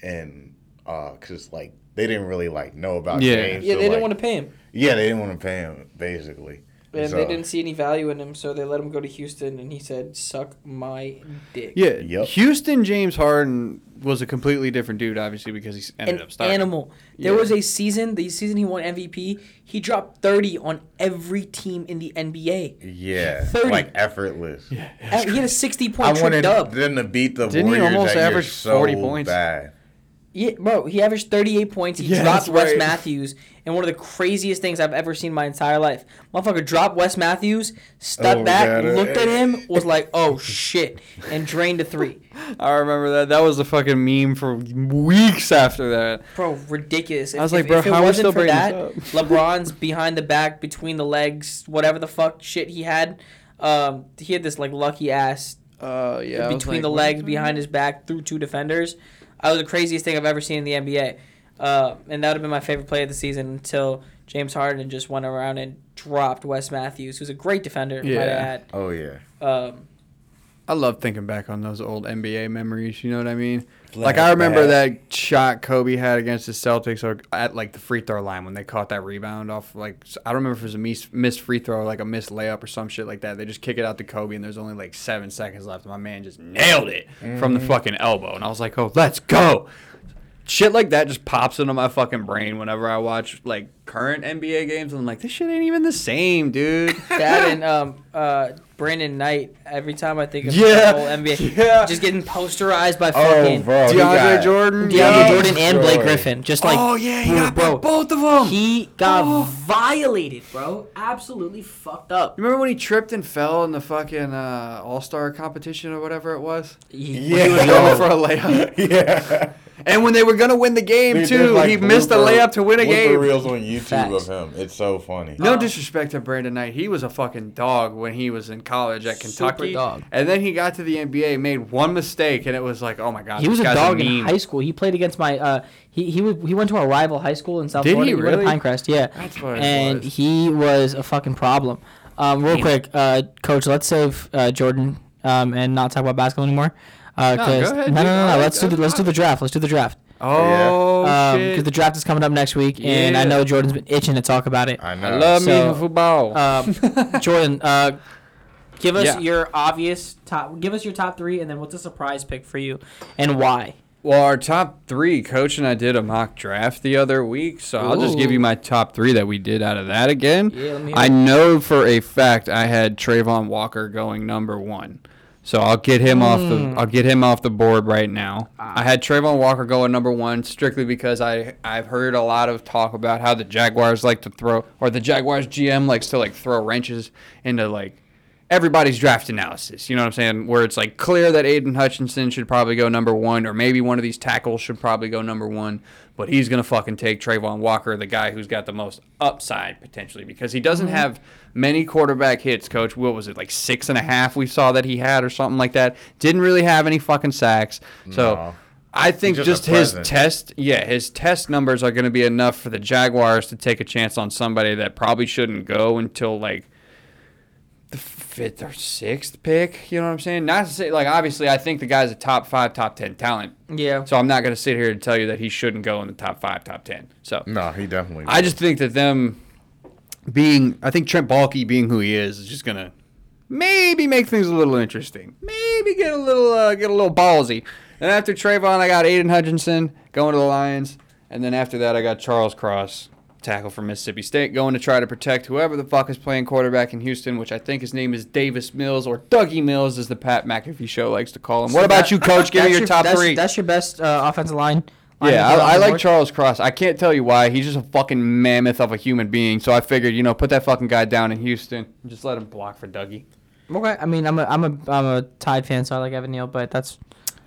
C: and because like they didn't really like know about
A: Yeah.
C: James.
D: Yeah,
C: so,
D: they didn't
C: like-
D: want to pay him,
C: Yeah, they didn't want to pay him basically.
D: and
C: So-
A: uh,
D: they didn't see any value in him, so they let him go to Houston, and he said, "Suck my dick."
A: Yeah.
C: Yep.
A: Houston James Harden was a completely different dude, obviously, because he ended
D: An
A: up starting.
D: animal. There
A: Yeah.
D: was a season, the season he won MVP, he dropped 30 on every team in the NBA.
C: Yeah,
D: 30.
C: like effortless.
D: Uh, He had a 60
C: I
D: point triple
C: wanted
D: dub.
C: them to beat the
A: Didn't he
C: Warriors.
A: almost
C: that year
A: average
C: so
A: 40 points?
C: Bad.
D: Yeah, bro, he averaged 38 points. He
A: Yeah,
D: dropped
A: that's
D: Wes
A: right.
D: Matthews, and one of the craziest things I've ever seen in my entire life. Motherfucker dropped Wes Matthews, stepped
C: Oh,
D: back,
C: God.
D: looked at him, was like, oh shit, and drained a three.
A: I remember that. That was a fucking meme for weeks after that.
D: Bro, ridiculous.
A: I was like, bro, how are we still bringing this
D: LeBron's behind the back, between the legs, whatever the fuck shit he had, um, he had this like lucky ass
A: Uh, yeah. I was
D: between
A: like,
D: the
A: what
D: legs,
A: the-
D: behind his back, through two defenders. That was the craziest thing I've ever seen in the NBA. Uh, and that would have been my favorite play of the season until James Harden just went around and dropped Wes Matthews, who's a great defender, yeah. might
A: Yeah.
D: I
C: Oh yeah.
D: add. Um,
A: I love thinking back on those old NBA memories. You know what I mean? like
C: Like
A: I remember
C: that.
A: that shot Kobe had against the Celtics or at like the free throw line when they caught that rebound off like s- I don't remember if it was a mis- missed free throw or like a missed layup or some shit like that. They just kick it out to Kobe and there's only like seven seconds left. And my man just nailed it from the
C: Mm-hmm.
A: fucking elbow, and I was like, oh, let's go. Shit like that just pops into my fucking brain whenever I watch like current NBA games, and I'm like, this shit ain't even the same, dude.
D: that and um, uh, Brandon Knight, every time I think of
A: Yeah.
D: the whole NBA,
A: Yeah.
D: just getting posterized by
C: Oh,
D: fucking
C: bro, he
A: DeAndre
C: got-
A: Jordan,
D: DeAndre
A: yeah.
D: Jordan and Blake
C: Destroyed.
D: Griffin. Just like,
A: oh yeah,
B: mm,
A: he
D: bro,
A: got
D: bro,
A: both of them.
D: he got
A: Oh.
D: violated, bro. Absolutely fucked up.
A: You remember when he tripped and fell in the fucking uh, All Star competition or whatever it was?
D: He-
C: Yeah.
A: He was going for a layup.
C: yeah.
A: And when they were gonna win the game
C: Dude, there's,
A: too,
C: like,
A: he missed a
C: blooper-
A: layup to win a
C: blooper
A: game.
C: reels on YouTube
D: Facts.
C: of him. It's so funny.
A: No
D: Uh-huh.
A: disrespect to Brandon Knight, he was a fucking dog when he was in college at
D: Super
A: Kentucky.
D: dog.
A: And then he got to the NBA, made one mistake, and it was like, oh my god,
B: He was
A: this
B: a
A: guy's
B: dog in
A: meme.
B: high school. He played against my. Uh, he he was, he went to our rival high school in South
A: Did he
B: Florida. went to
A: really?
B: Pinecrest, yeah.
A: That's what it
B: and
A: was.
B: he was a fucking problem. Um, real quick, uh, coach, let's save uh, Jordan um, and not talk about basketball anymore. Uh,
A: No,
B: 'cause-
A: go ahead, dude. I
B: no, no, no, no.
A: like
B: Let's do
A: that.
B: the, let's do the draft. Let's do the draft.
A: Oh
B: Because
A: shit!
B: Um, the draft is coming up next week, and I
A: Yeah.
B: know Jordan's been itching to talk about it.
C: I know.
A: I love me
B: So,
A: some football.
B: Um, Jordan, uh,
D: Give us
A: Yeah.
D: your obvious top. Give us your top three, and then what's a surprise pick for you, and why?
A: Well, our top three, Coach and I did a mock draft the other week, so I'll just give you my top three that we did out of that again.
D: Yeah, let me hear
A: I
D: it.
A: know for a fact I had Trayvon Walker going number one, so I'll get him off
D: Hmm.
A: the I'll get him off the board right now.
D: Ah.
A: I had Trayvon Walker going number one strictly because I I've heard a lot of talk about how the Jaguars like to throw or the Jaguars GM likes to like throw wrenches into like everybody's draft analysis. You know what I'm saying? Where it's like clear that Aiden Hutchinson should probably go number one, or maybe one of these tackles should probably go number one, but he's gonna fucking take Trayvon Walker, the guy who's got the most upside potentially, because he doesn't
C: Mm-hmm.
A: have many quarterback hits, coach. What was it, like six and a half we saw that he had or something like that? Didn't really have any fucking sacks. So
C: No.
A: I think
C: He's
A: just,
C: just a
A: his
C: presence.
A: test, yeah, his test numbers are going to be enough for the Jaguars to take a chance on somebody that probably shouldn't go until like the fifth or sixth pick. You know what I'm saying? Not to say like obviously, I think the guy's a top five, top ten talent.
B: Mm.
D: Yeah.
A: So I'm not going to sit here and tell you that he shouldn't go in the top five, top ten. So
C: No, he definitely.
A: I just think that them being, I think Trent Baalke being who he is is just gonna maybe make things a little interesting. Maybe get a little uh, get a little ballsy. And after Trayvon, I got Aiden Hutchinson going to the Lions, and then after that, I got Charles Cross, tackle from Mississippi State, going to try to protect whoever the fuck is playing quarterback in Houston, which I think his name is Davis Mills or Dougie Mills, as the Pat McAfee show likes to call him. What about you, Coach? Give
B: that's
A: me your, top
B: that's,
A: three.
B: That's your best uh, offensive line. line
A: Yeah,
B: you got
A: I, I
B: on the
A: like
B: board.
A: Charles Cross. I can't tell you why. He's just a fucking mammoth of a human being. So I figured, you know, put that fucking guy down in Houston and just let him block for Dougie.
B: Okay, I mean, I'm a I'm a I'm a Tide fan, so I like Evan Neal, but that's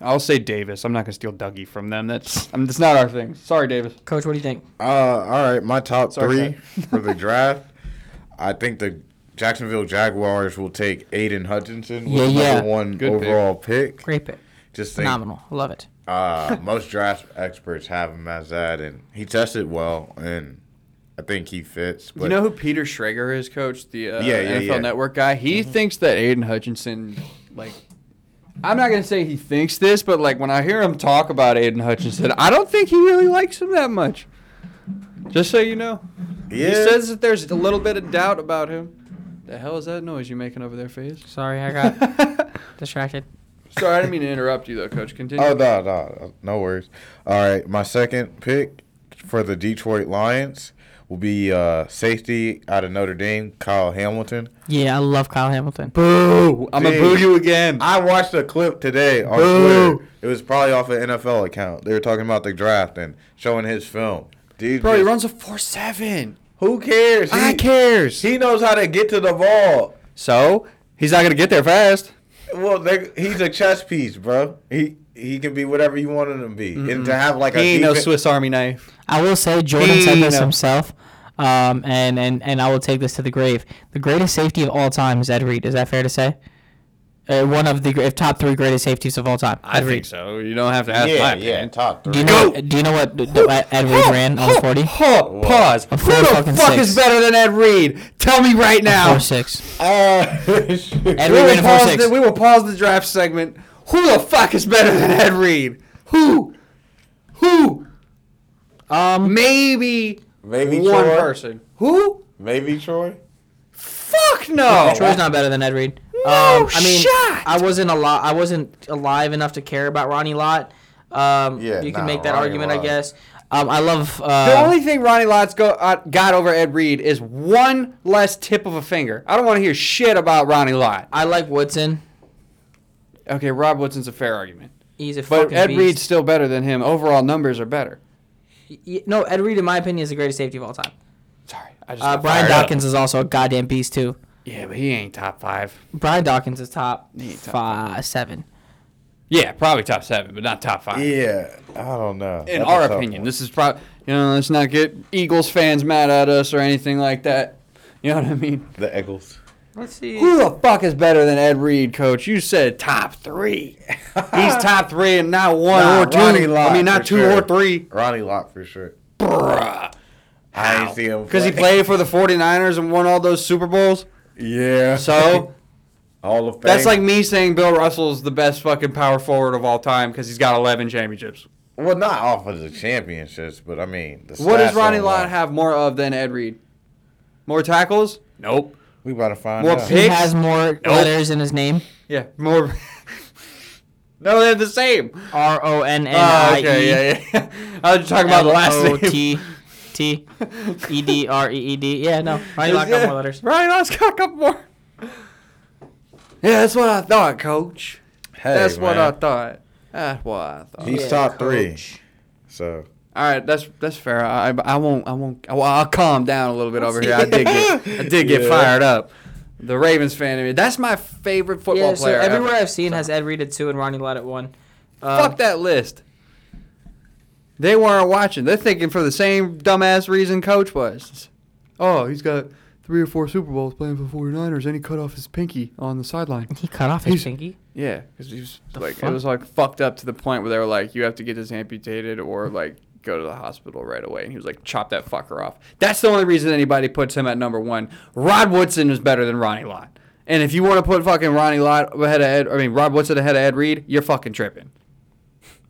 A: I'll say Davis. I'm not gonna steal Dougie from them. That's I mean, that's not our thing. Sorry, Davis.
B: Coach. What do you think?
C: Uh, all right, my top
A: Sorry,
C: three for the draft. I think the Jacksonville Jaguars will take Aiden Hutchinson with
B: Yeah,
C: number
B: yeah.
C: one
A: Good pick.
C: overall pick.
B: Great pick,
C: Just think
B: phenomenal. I love it.
C: uh, most draft experts have him as that, and he tested well, and I think he fits. But
A: you know who Peter Schrager is, coach? The uh,
C: Yeah, yeah,
A: NFL
C: yeah.
A: Network guy. He thinks that Aiden Hutchinson, like, I'm not gonna say he thinks this, but like when I hear him talk about Aiden Hutchinson, I don't think he really likes him that much. Just so you know,
C: Yeah.
A: he says that there's a little bit of doubt about him. The hell is that noise you making over there, Faze?
B: Sorry, I got
A: Sorry,
B: distracted.
A: I didn't mean to interrupt you though, Coach. Continue.
C: Oh no, no, no worries. All right, my second pick for the Detroit Lions will be uh, safety out of Notre Dame, Kyle Hamilton.
B: Yeah, I love Kyle Hamilton.
A: boo! I'm gonna boo
C: Jeez.
A: you again.
C: I watched a clip today on
A: Boo.
C: Twitter. It was probably off an NFL account. They were talking about the draft and showing his film. Dude,
A: Bro, he
C: just-
A: runs a four seven.
C: who cares?
A: I
C: He-
A: cares.
C: He knows how to get to the ball.
A: so he's not gonna get there fast.
C: Well, they, he's a chess piece, bro. He he can be whatever you want him to be, and to have like
A: He
C: a
A: ain't no
C: defen-
A: Swiss Army knife.
B: I will say Jordan said this
A: Pino.
B: himself, um, and, and, and I will take this to the grave. The greatest safety of all time is Ed Reed. Is that fair to say? Uh, one of the gr- if top three greatest safeties of all time.
A: I
B: Ed
A: think
B: Reed.
A: so. You don't have to ask my
C: yeah,
A: opinion.
C: yeah, top three.
B: Do you know?
A: Go.
B: Do you know what d- d- Ed Reed ran on the forty?
A: Huh, pause. Who
B: A four
A: the
B: fucking
A: fuck
B: six.
A: is better than Ed Reed? Tell me right now.
B: Four six.
C: Uh, shit.
B: Ed
A: We
B: Reed
A: will,
B: ran a four
A: pause the,
B: six.
A: we will pause the draft segment. Who the fuck is better than Ed Reed? Who? Who?
B: Um,
A: Maybe
C: Maybe
A: one
C: Troy.
A: person. Who?
C: Maybe Troy.
A: Fuck no.
B: Troy's not better than Ed Reed.
A: No
B: um, I mean,
A: shot.
B: I wasn't a lot. I wasn't alive enough to care about Ronnie Lott. Um,
C: Yeah,
B: you can
C: nah,
B: make that
C: Ronnie
B: argument, I
C: Lott.
B: guess. Um, I love. Uh,
A: The only thing Ronnie Lott's go, uh, got over Ed Reed is one less tip of a finger. I don't want to hear shit about Ronnie Lott.
B: I like Woodson.
A: Okay, Rob Woodson's a fair argument.
B: He's a
A: But
B: fucking
A: Ed
B: beast.
A: Reed's still better than him. Overall numbers are better.
B: Y- y- No, Ed Reed, in my opinion, is the greatest safety of all time.
A: Sorry. I just
B: Uh,
A: got
B: Brian
A: fired up.
B: Dawkins is also a goddamn beast too.
A: Yeah, but he ain't top five.
B: Brian Dawkins is top
A: He ain't top
B: five, seven.
A: Yeah, probably top seven, but not top five.
C: Yeah, I don't know.
A: In our opinion, this is probably you know let's not get Eagles fans mad at us or anything like that. You know what I mean?
C: the Eagles.
D: Let's see.
A: Who the fuck is better than Ed Reed, Coach? You said top three. He's top three and not one
C: Nah,
A: or two.
C: Ronnie Lott,
A: I mean, not
C: for
A: two
C: sure.
A: or three.
C: Ronnie Lott for sure.
A: Bruh.
C: I ain't see him
A: Because he
C: play.
A: played for the 49ers and won all those Super Bowls.
C: Yeah.
A: So
C: all of
A: that's like me saying Bill Russell's the best fucking power forward of all time because he's got 11 championships.
C: well, not off of the championships, but I mean, the
A: What does
C: stats
A: Ronnie
C: on
A: Lott
C: Lott.
A: have more of than Ed Reed? More tackles? Nope.
C: We about to find
A: More
C: out.
A: pick-
B: He
A: Picks?
B: has more letters in his name.
A: Yeah, more. no, they're the same.
B: R O N N
A: Oh,
B: I
A: okay,
B: E
A: yeah, yeah. I was just talking about the
B: L
A: last
B: O
A: name.
B: T T E D R E E D. Yeah, no, Ronnie Lott got
A: Yeah,
B: more letters.
A: Ronnie Lott's got a couple more. Yeah, that's what I thought, Coach.
C: Hey,
A: that's what I
C: man.
A: thought. That's what I thought.
C: He's
B: Yeah,
C: top three.
B: coach.
C: So
A: All right, that's that's fair. I, I won't I won't well, I'll calm down a little bit over here. I did get I did get
C: Yeah.
A: fired up. The Ravens fan in me. That's my favorite football
B: Yeah, so
A: player. ever.
B: everywhere I've seen has Ed Reed at two and Ronnie Lott at one. Um,
A: Fuck that list. They weren't watching. They're thinking for the same dumbass reason Coach was. Oh, he's got three or four Super Bowls playing for the 49ers, and he cut off his pinky on the sideline.
B: He cut off his
A: He's-
B: pinky.
A: Yeah, because he was
B: The
A: like,
B: fuck?
A: it was like fucked up to the point where they were like, you have to get this amputated or like go to the hospital right away. And he was like, chop that fucker off. That's the only reason anybody puts him at number one. Rod Woodson is better than Ronnie Lott. And if you want to put fucking Ronnie Lott ahead of Ed, I mean, Rod Woodson ahead of Ed Reed, you're fucking tripping.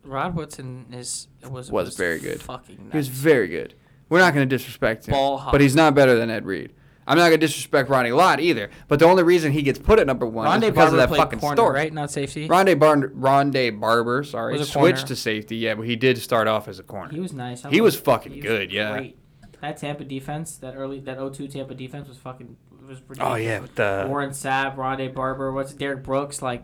B: Rod Woodson is was
A: Was very good.
B: Fucking
A: He was
B: nice.
A: very good. We're not going to disrespect him,
B: Ball hog.
A: but he's not better than Ed Reed. I'm not going to disrespect Ronnie Lott either. But the only reason he gets put at number one is
B: Rondé
A: because
B: Barber
A: of that
B: played
A: fucking
B: corner,
A: story.
B: right? Not safety.
A: Rondé, Bar- Rondé Barber, sorry,
B: Was a
A: switched
B: corner.
A: to safety. Yeah, but he did start off as a corner.
B: He was nice. I
A: He was
B: liked-
A: fucking good, yeah.
B: That Tampa defense, that early, that 0-2 Tampa defense was fucking was ridiculous.
A: oh yeah, with the
B: Warren Sapp, Rondé Barber, what's it, Derek Brooks, like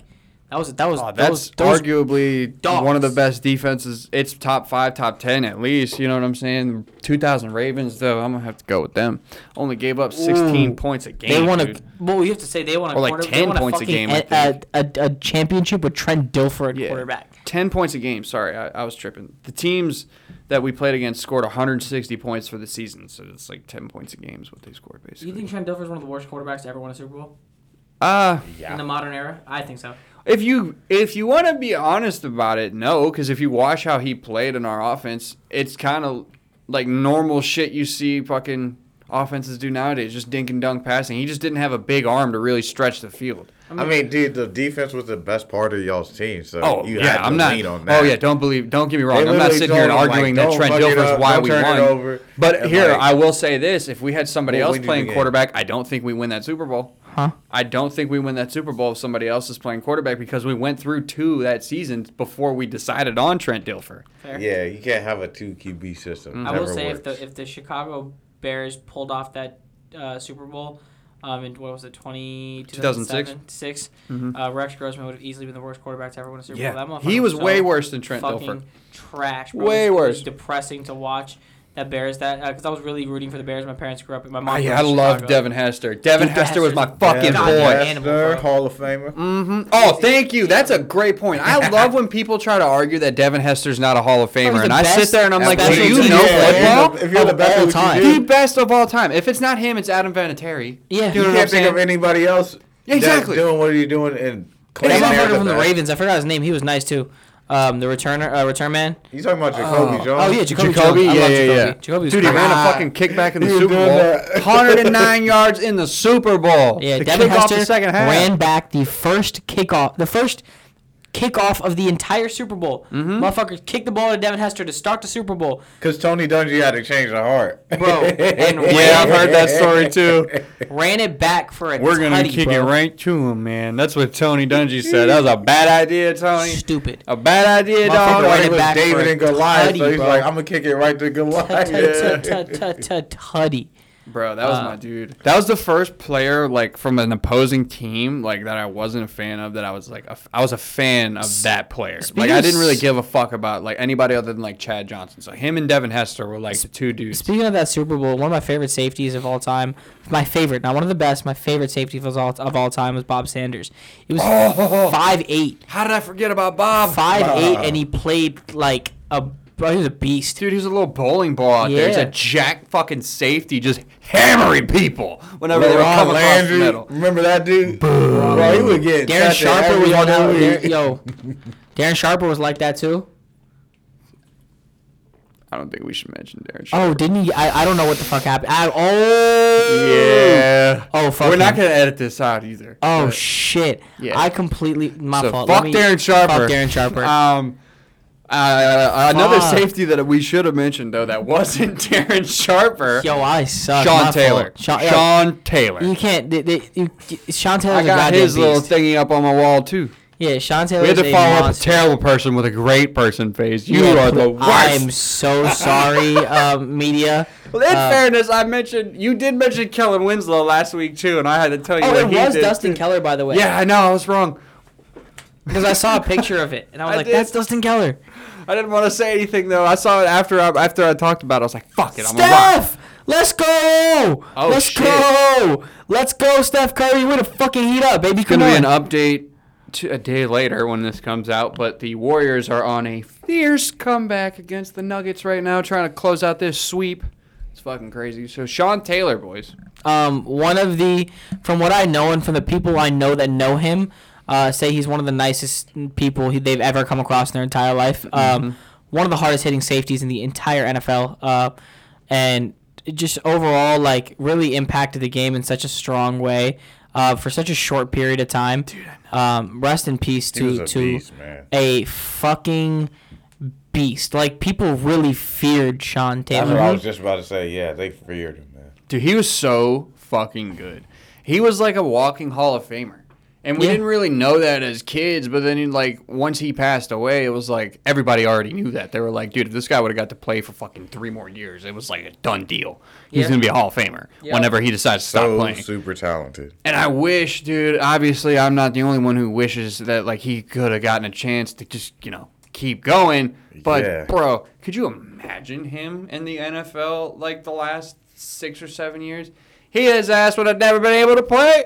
B: that was that was
A: oh, that's
B: those, those
A: arguably
B: dogs.
A: one of the best defenses. It's top five, top ten at least. You know what I'm saying? 2000 Ravens though, I'm gonna have to go with them. Only gave up 16
B: Ooh.
A: points a game.
B: they want
A: dude.
B: to. Well, you have to say they want to.
A: Or, like, 10 points a game, I
B: A,
A: think.
B: a, a championship with Trent Dilfer at
A: Yeah.
B: quarterback.
A: 10 points a game. Sorry, I, I was tripping. The teams that we played against scored 160 points for the season, so it's like 10 points a game is what they scored
B: Do
A: basically.
B: you think Trent Dilfer is one of the worst quarterbacks to ever win a Super Bowl
A: uh
B: in the modern era? I think so.
A: if you if you want to be honest about it, no, cuz if you watch how he played in our offense, it's kind of like normal shit you see fucking offenses do nowadays, just dink and dunk passing. He just didn't have a big arm to really stretch the field.
C: I mean, dude, the defense was the best part of y'all's team, so
A: Oh
C: you had
A: yeah,
C: to
A: I'm not.
C: lean on that.
A: Oh yeah, don't believe. Don't get me
C: They
A: wrong. I'm not
C: literally
A: sitting here and
C: told him, like,
A: arguing that
C: "Don't
A: Trent
C: fuck it
A: Dilfer is
C: up,
A: why
C: don't
A: we
C: turn it
A: won.
C: over,"
A: But
C: and,
A: here,
C: like-
A: I will say this: if we had somebody
C: We'll
A: else
C: win the
A: playing
C: game.
A: quarterback, I don't think we win that Super Bowl.
B: Huh?
A: I don't think we win that Super Bowl if somebody else is playing quarterback because we went through two that season before we decided on Trent Dilfer.
D: Fair.
C: Yeah, you can't have a two QB
A: Mm.
C: system.
D: I
C: Never
D: will say
C: works.
D: if the if the Chicago Bears pulled off that uh, Super Bowl um, in what was it 20,
A: 2006?
D: 2007, six, uh, Rex Grossman would have easily been the worst quarterback to ever win a Super Bowl.
A: Mm-hmm. Yeah,
D: That motherfucker
A: he was
D: so
A: way worse than Trent
D: fucking
A: Dilfer.
D: Trash. Bro.
A: Way
D: It was
A: worse.
D: Depressing to watch that Bears that because I was really rooting for the Bears. My parents grew up. My mom.
A: I,
D: grew
A: I
D: up in
A: love
D: Chicago.
A: Devin Hester. Devin
D: Dude,
A: Hester was my
D: Hester's
A: fucking
D: God,
A: boy.
D: yeah.
C: Hester,
D: Animal, bro.
C: Hall of Famer.
A: hmm Oh, thank you. That's a great point. I love when people try to argue that Devin Hester's not a Hall of
B: was
A: Famer,
B: the
A: and I sit
B: best
A: there and I'm like,
B: special
A: do you
B: team
A: know
B: player
A: football?
C: If you're the
B: Of
C: best
B: all
C: at what you
B: time.
C: do,
A: the best of all time. If it's not him, it's Adam Vinatieri.
B: Yeah,
C: you
B: know what I'm
C: can't think
B: saying?
C: of anybody else.
A: Yeah,
C: that's
A: exactly.
C: Doing what are you doing and
B: That
C: claiming they're
B: motherfucker
C: the
B: from the
C: best.
B: Ravens. I forgot his name. He was nice too. Um, the returner, uh, return man.
C: You talking about Jacoby Jones?
B: Oh yeah, Jacoby.
A: Jacoby,
B: Jones. I
A: yeah,
B: love
A: yeah,
B: Jacoby.
A: yeah.
B: Jacoby was
A: Dude, he
B: great.
A: ran
B: Ah.
A: a fucking kickback in the
C: He was
A: Super
C: doing
A: Bowl.
C: that.
A: 109 yards in the Super Bowl.
B: Yeah,
A: to
B: Devin
A: kick off
B: Hester
A: the second half.
B: ran back the first kickoff, the first kickoff of the entire Super Bowl.
A: Mm-hmm.
B: Motherfucker kicked the ball to Devin Hester to start the Super Bowl.
C: Because Tony Dungy had to change the heart.
B: Bro, and
A: yeah, I've heard that story too.
B: Ran it back for a
A: We're gonna
B: tutty,
A: kick
B: bro.
A: it right to him, man. That's what Tony Dungy said. That was a bad idea, Tony.
B: Stupid.
A: A bad idea,
B: Motherfucker
A: dog.
B: ran
C: Like
B: it
C: it was
B: back
C: David
B: for
C: and Goliath,
B: tutty,
C: so he's
B: bro.
C: like, I'm gonna kick it right to Goliath.
B: Tut, tut, tut, tut, Tutty.
A: Bro, that was
B: Uh,
A: my dude. That was the first player like from an opposing team like that I wasn't a fan of. That I was like a, f- I was a fan of that player. Like
B: speaking
A: I
B: of
A: didn't really
B: s-
A: give a fuck about like anybody other than like Chad Johnson. So him and Devin Hester were like the two dudes.
B: Speaking of that Super Bowl, one of my favorite safeties of all time, my favorite, not one of the best, my favorite safety of all, of all time was Bob Sanders. He was
A: Oh.
B: five eight,
A: How did I forget about Bob?
B: five eight, and he played like a bro. He was a beast.
A: Dude, he's a little bowling ball out there. He's
B: Yeah.
A: a jack fucking safety just hammering people whenever they were
C: Ron
A: coming across the
C: Landry,
A: middle.
C: remember that dude? Bro, he would get
B: Darren
C: touched every
B: Sharper was on
C: other
B: that.
C: week.
B: Yo, Darren Sharper was like that too.
A: I don't think we should mention Darren.
B: Oh,
A: Sharper.
B: didn't he? I, I don't know what the fuck happened. I, oh
A: yeah.
B: Oh, fuck
A: We're not
B: him.
A: gonna edit this out either.
B: Oh
A: But-
B: shit!
A: Yeah.
B: I completely my
A: So
B: fault. Let
A: fuck
B: me-
A: Darren Sharper.
B: Fuck Darren Sharper.
A: Um, uh, another
B: Fuck.
A: safety that we should have mentioned though that wasn't Darren Sharper.
B: Yo, I suck. My
A: Sean
B: fault.
A: Taylor.
B: Sean, yo,
A: Sean Taylor.
B: You can't. They, they, you, Sean Taylor's
A: I
B: a
A: got
B: goddamn
A: his little
B: beast.
A: thingy up on my wall too.
B: Yeah, Sean Taylor.
A: We had
B: is
A: to follow up a
B: monster.
A: terrible person with a great person phase. You
B: Yeah,
A: are the
B: pl-
A: worst.
B: I'm so sorry, um, media.
A: well, in
B: uh,
A: fairness, I mentioned you did mention Kellen Winslow last week too, and I had to tell you.
B: Oh,
A: what
B: it
A: he
B: was
A: did,
B: Dustin
A: too.
B: Keller, by the way.
A: Yeah, I know. I was wrong.
B: because I saw a picture of it, and I was
A: I
B: like,
A: did.
B: "That's Dustin Keller."
A: I didn't want to say anything though. I saw it after I, after I talked about it. I was like, "Fuck it, I'm a rock."
B: Steph, let's go!
A: Oh,
B: let's
A: shit.
B: go! Let's go, Steph Curry. Way to fucking heat up, baby. Come
A: gonna be
B: on.
A: an update to a day later when this comes out, but the Warriors are on a fierce comeback against the Nuggets right now, trying to close out this sweep. It's fucking crazy. So Sean Taylor, boys.
B: um, one of the, from what I know and from the people I know that know him, uh, say he's one of the nicest people he, they've ever come across in their entire life. Um,
C: Mm-hmm.
B: one of the hardest hitting safeties in the entire NFL, uh, and just overall, like really impacted the game in such a strong way uh, for such a short period of time. um, rest in peace
C: He was
B: to
C: a
B: to
C: beast, man.
B: a fucking beast. Like people really feared Sean
C: That's what I
B: Taylor.
C: was just about to say. Yeah, they feared him, man.
A: Dude, he was so fucking good. He was like a walking Hall of Famer. And we
B: Yeah.
A: didn't really know that as kids, but then like once he passed away, it was like everybody already knew that. They were like, dude, if this guy would have got to play for fucking three more years, it was like a done deal. He's
D: Yeah.
A: gonna be a Hall of Famer
D: Yeah.
A: whenever he decides to stop
C: So
A: playing.
C: super talented.
A: And I wish, dude, obviously I'm not the only one who wishes that like he could have gotten a chance to just, you know, keep going. But
C: Yeah.
A: bro, could you imagine him in the NFL like the last six or seven years? He his ass would have never been able to play.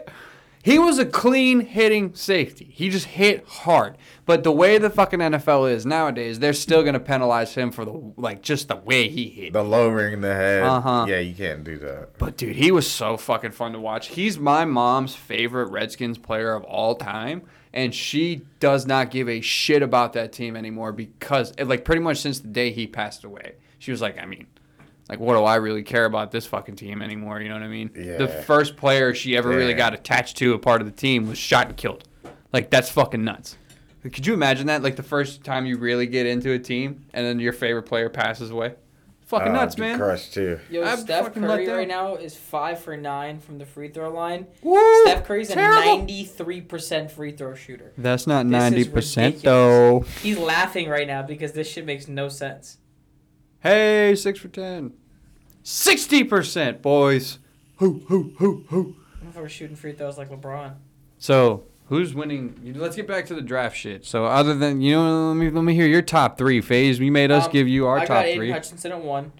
A: He was a clean hitting safety. He just hit hard. But the way the fucking NFL is nowadays, they're still gonna penalize him for the like just the way he hit.
C: The lowering the head.
A: Uh-huh.
C: Yeah, you can't do that.
A: But dude, he was so fucking fun to watch. He's my mom's favorite Redskins player of all time, and she does not give a shit eh, about that team anymore because, like, pretty much since the day he passed away, she was like, I mean, like, what do I really care about this fucking team anymore? You know what I mean? The
C: Yeah.
A: first player she ever really
C: Yeah.
A: got attached to, a part of the team, was shot and killed. Like, that's fucking nuts. Could you imagine that? Like, the first time you really get into a team and then your favorite player passes away? Fucking
C: Oh,
A: nuts,
C: I'd be
A: man.
C: Crushed too.
B: Yo,
A: I'd
B: Steph
A: fucking let
B: Curry
A: down.
B: right now is five for nine from the free throw line.
A: Woo!
B: Steph Curry's
A: Terrible.
B: a ninety-three percent free throw shooter.
A: That's not
B: This
A: ninety
B: is
A: percent
B: ridiculous.
A: though.
B: He's laughing right now because this shit makes no sense.
A: Hey, six for ten. Sixty percent, boys. Hoo hoo hoo hoo.
B: I'm for shooting free throws like LeBron.
A: So who's winning? you- Let's get back to the draft shit. So other than you know, let me let me hear your top three. Phase, we made us
B: Um,
A: give you our
B: I
A: top
B: got Aiden
A: three.
B: Hutchinson at one.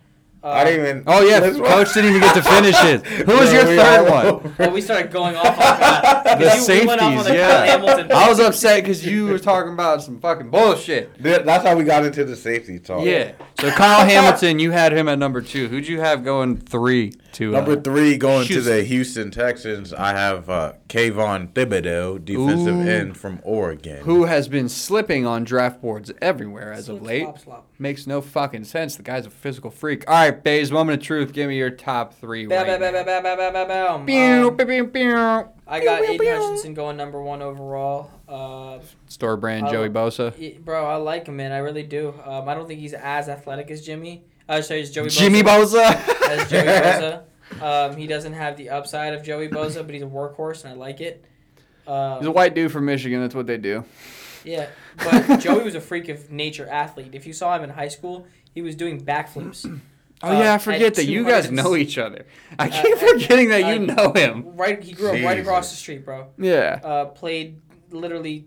B: Uh,
C: I didn't even.
A: Oh yeah,
C: This one-
A: coach didn't even get to finish it. Who was
C: Yeah,
A: your
C: we
A: third
C: all-
A: one?
B: Well, we started going off on that.
A: The
B: Because you- we went off on
A: safeties,
B: the
A: yeah.
B: Kyle Hamilton.
A: I was upset because you were talking about some fucking bullshit.
C: Th- That's how we got into the safety talk.
A: Yeah. So Kyle Hamilton, you had him at number two. Who'd you have going three to uh,
C: Number three, going to
A: Houston.
C: the Houston Texans, I have uh, Kayvon Thibodeau, defensive
A: Ooh.
C: end from Oregon.
A: who has been slipping on draft boards everywhere as
B: Slip,
A: of late.
B: slop, slop.
A: Makes no fucking sense. The guy's a physical freak. All right, Baze, moment of truth. Give me your top three.
B: Bow,
A: Right
B: bow, bow,
A: now.
B: bow, bow, bow, bow, bow, bow.
A: Pew,
B: Um,
A: pew, pew, pew.
B: I got
A: pew, pew.
B: Aiden Hutchinson going number one overall. Uh,
A: Store brand
B: I
A: Joey
B: lo-
A: Bosa.
B: y- bro, I like him, man. I really do. Um, I don't think he's as athletic as Jimmy. Uh, sorry, as Joey.
A: Jimmy
B: Bosa.
A: Bosa.
B: as Joey Bosa. Um, he doesn't have the upside of Joey Bosa, but he's a workhorse, and I like it. Um,
A: He's a white dude from Michigan. That's what they do.
B: Yeah, but Joey was a freak of nature athlete. If you saw him in high school, he was doing backflips.
A: Oh,
B: Uh,
A: yeah, I
B: at
A: forget that you guys
B: 200
A: know each other. I
B: Uh,
A: keep
B: at-
A: forgetting that you
B: uh,
A: know him.
B: Right, he grew up right across
C: Jesus.
B: the street, bro.
A: Yeah.
B: Uh, played literally,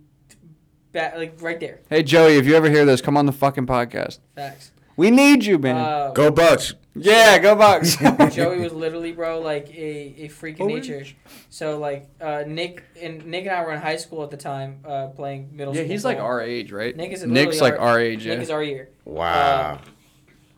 B: back, like right there.
A: Hey, Joey, if you ever hear this, come on the fucking podcast.
B: Facts.
A: We need you, man.
B: Uh,
C: Go Bucks.
A: yeah, go Bucks.
B: Joey was literally, bro, like a, a freak of nature.
A: Orange.
B: So like uh, Nick and Nick and I were in high school at the time, uh, playing middle
A: yeah,
B: school.
A: he's like
B: ball.
A: our age, right?
B: Nick is
A: Nick's
B: literally
A: like
B: our-
A: our age.
B: Nick
A: yeah.
B: is our year.
A: Uh,
C: Wow.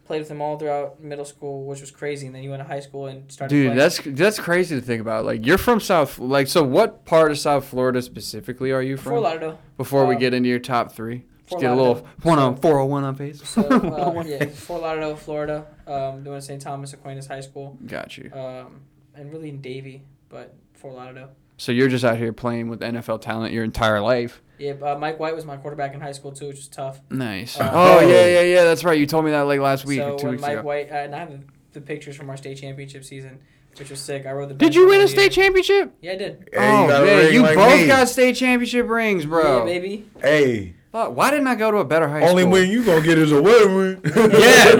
B: Played with him all throughout middle school, which was crazy. And then he went to high school and started.
A: Dude,
B: playing.
A: that's that's crazy to think about. Like you're from South, like so. What part of South Florida specifically are you from?
B: Fort Lauderdale.
A: Before we
B: uh,
A: get into your top three,
B: Fort
A: just get a little
B: Lauderdale.
A: one on four hundred one on face.
B: So uh, yeah, Fort Lauderdale, Florida. Um, doing St. Thomas Aquinas High School,
A: Got you.
B: um, and really in Davie, but Fort Lauderdale.
A: So you're just out here playing with NFL talent your entire life.
B: Yeah, but, uh, Mike White was my quarterback in high school too, which was tough.
A: Nice.
B: Uh,
A: oh yeah, yeah, yeah. That's right. You told me that like last week
B: so
A: or two
B: when
A: weeks
B: Mike
A: ago.
B: White uh, and I have the, the pictures from our state championship season, which was sick. I rode the.
A: Did
B: bench
A: you
B: for
A: win a
B: one
A: state
B: year.
A: championship?
B: Yeah, I did.
A: oh
C: got a
A: man,
C: ring
A: you
C: like
A: both
C: me.
A: got state championship rings,
B: Yeah,
A: bro.
B: baby.
C: Hey,
A: Fuck, why didn't I go to a better high
C: only
A: school?
C: win you gonna get is a win win.
A: Yeah,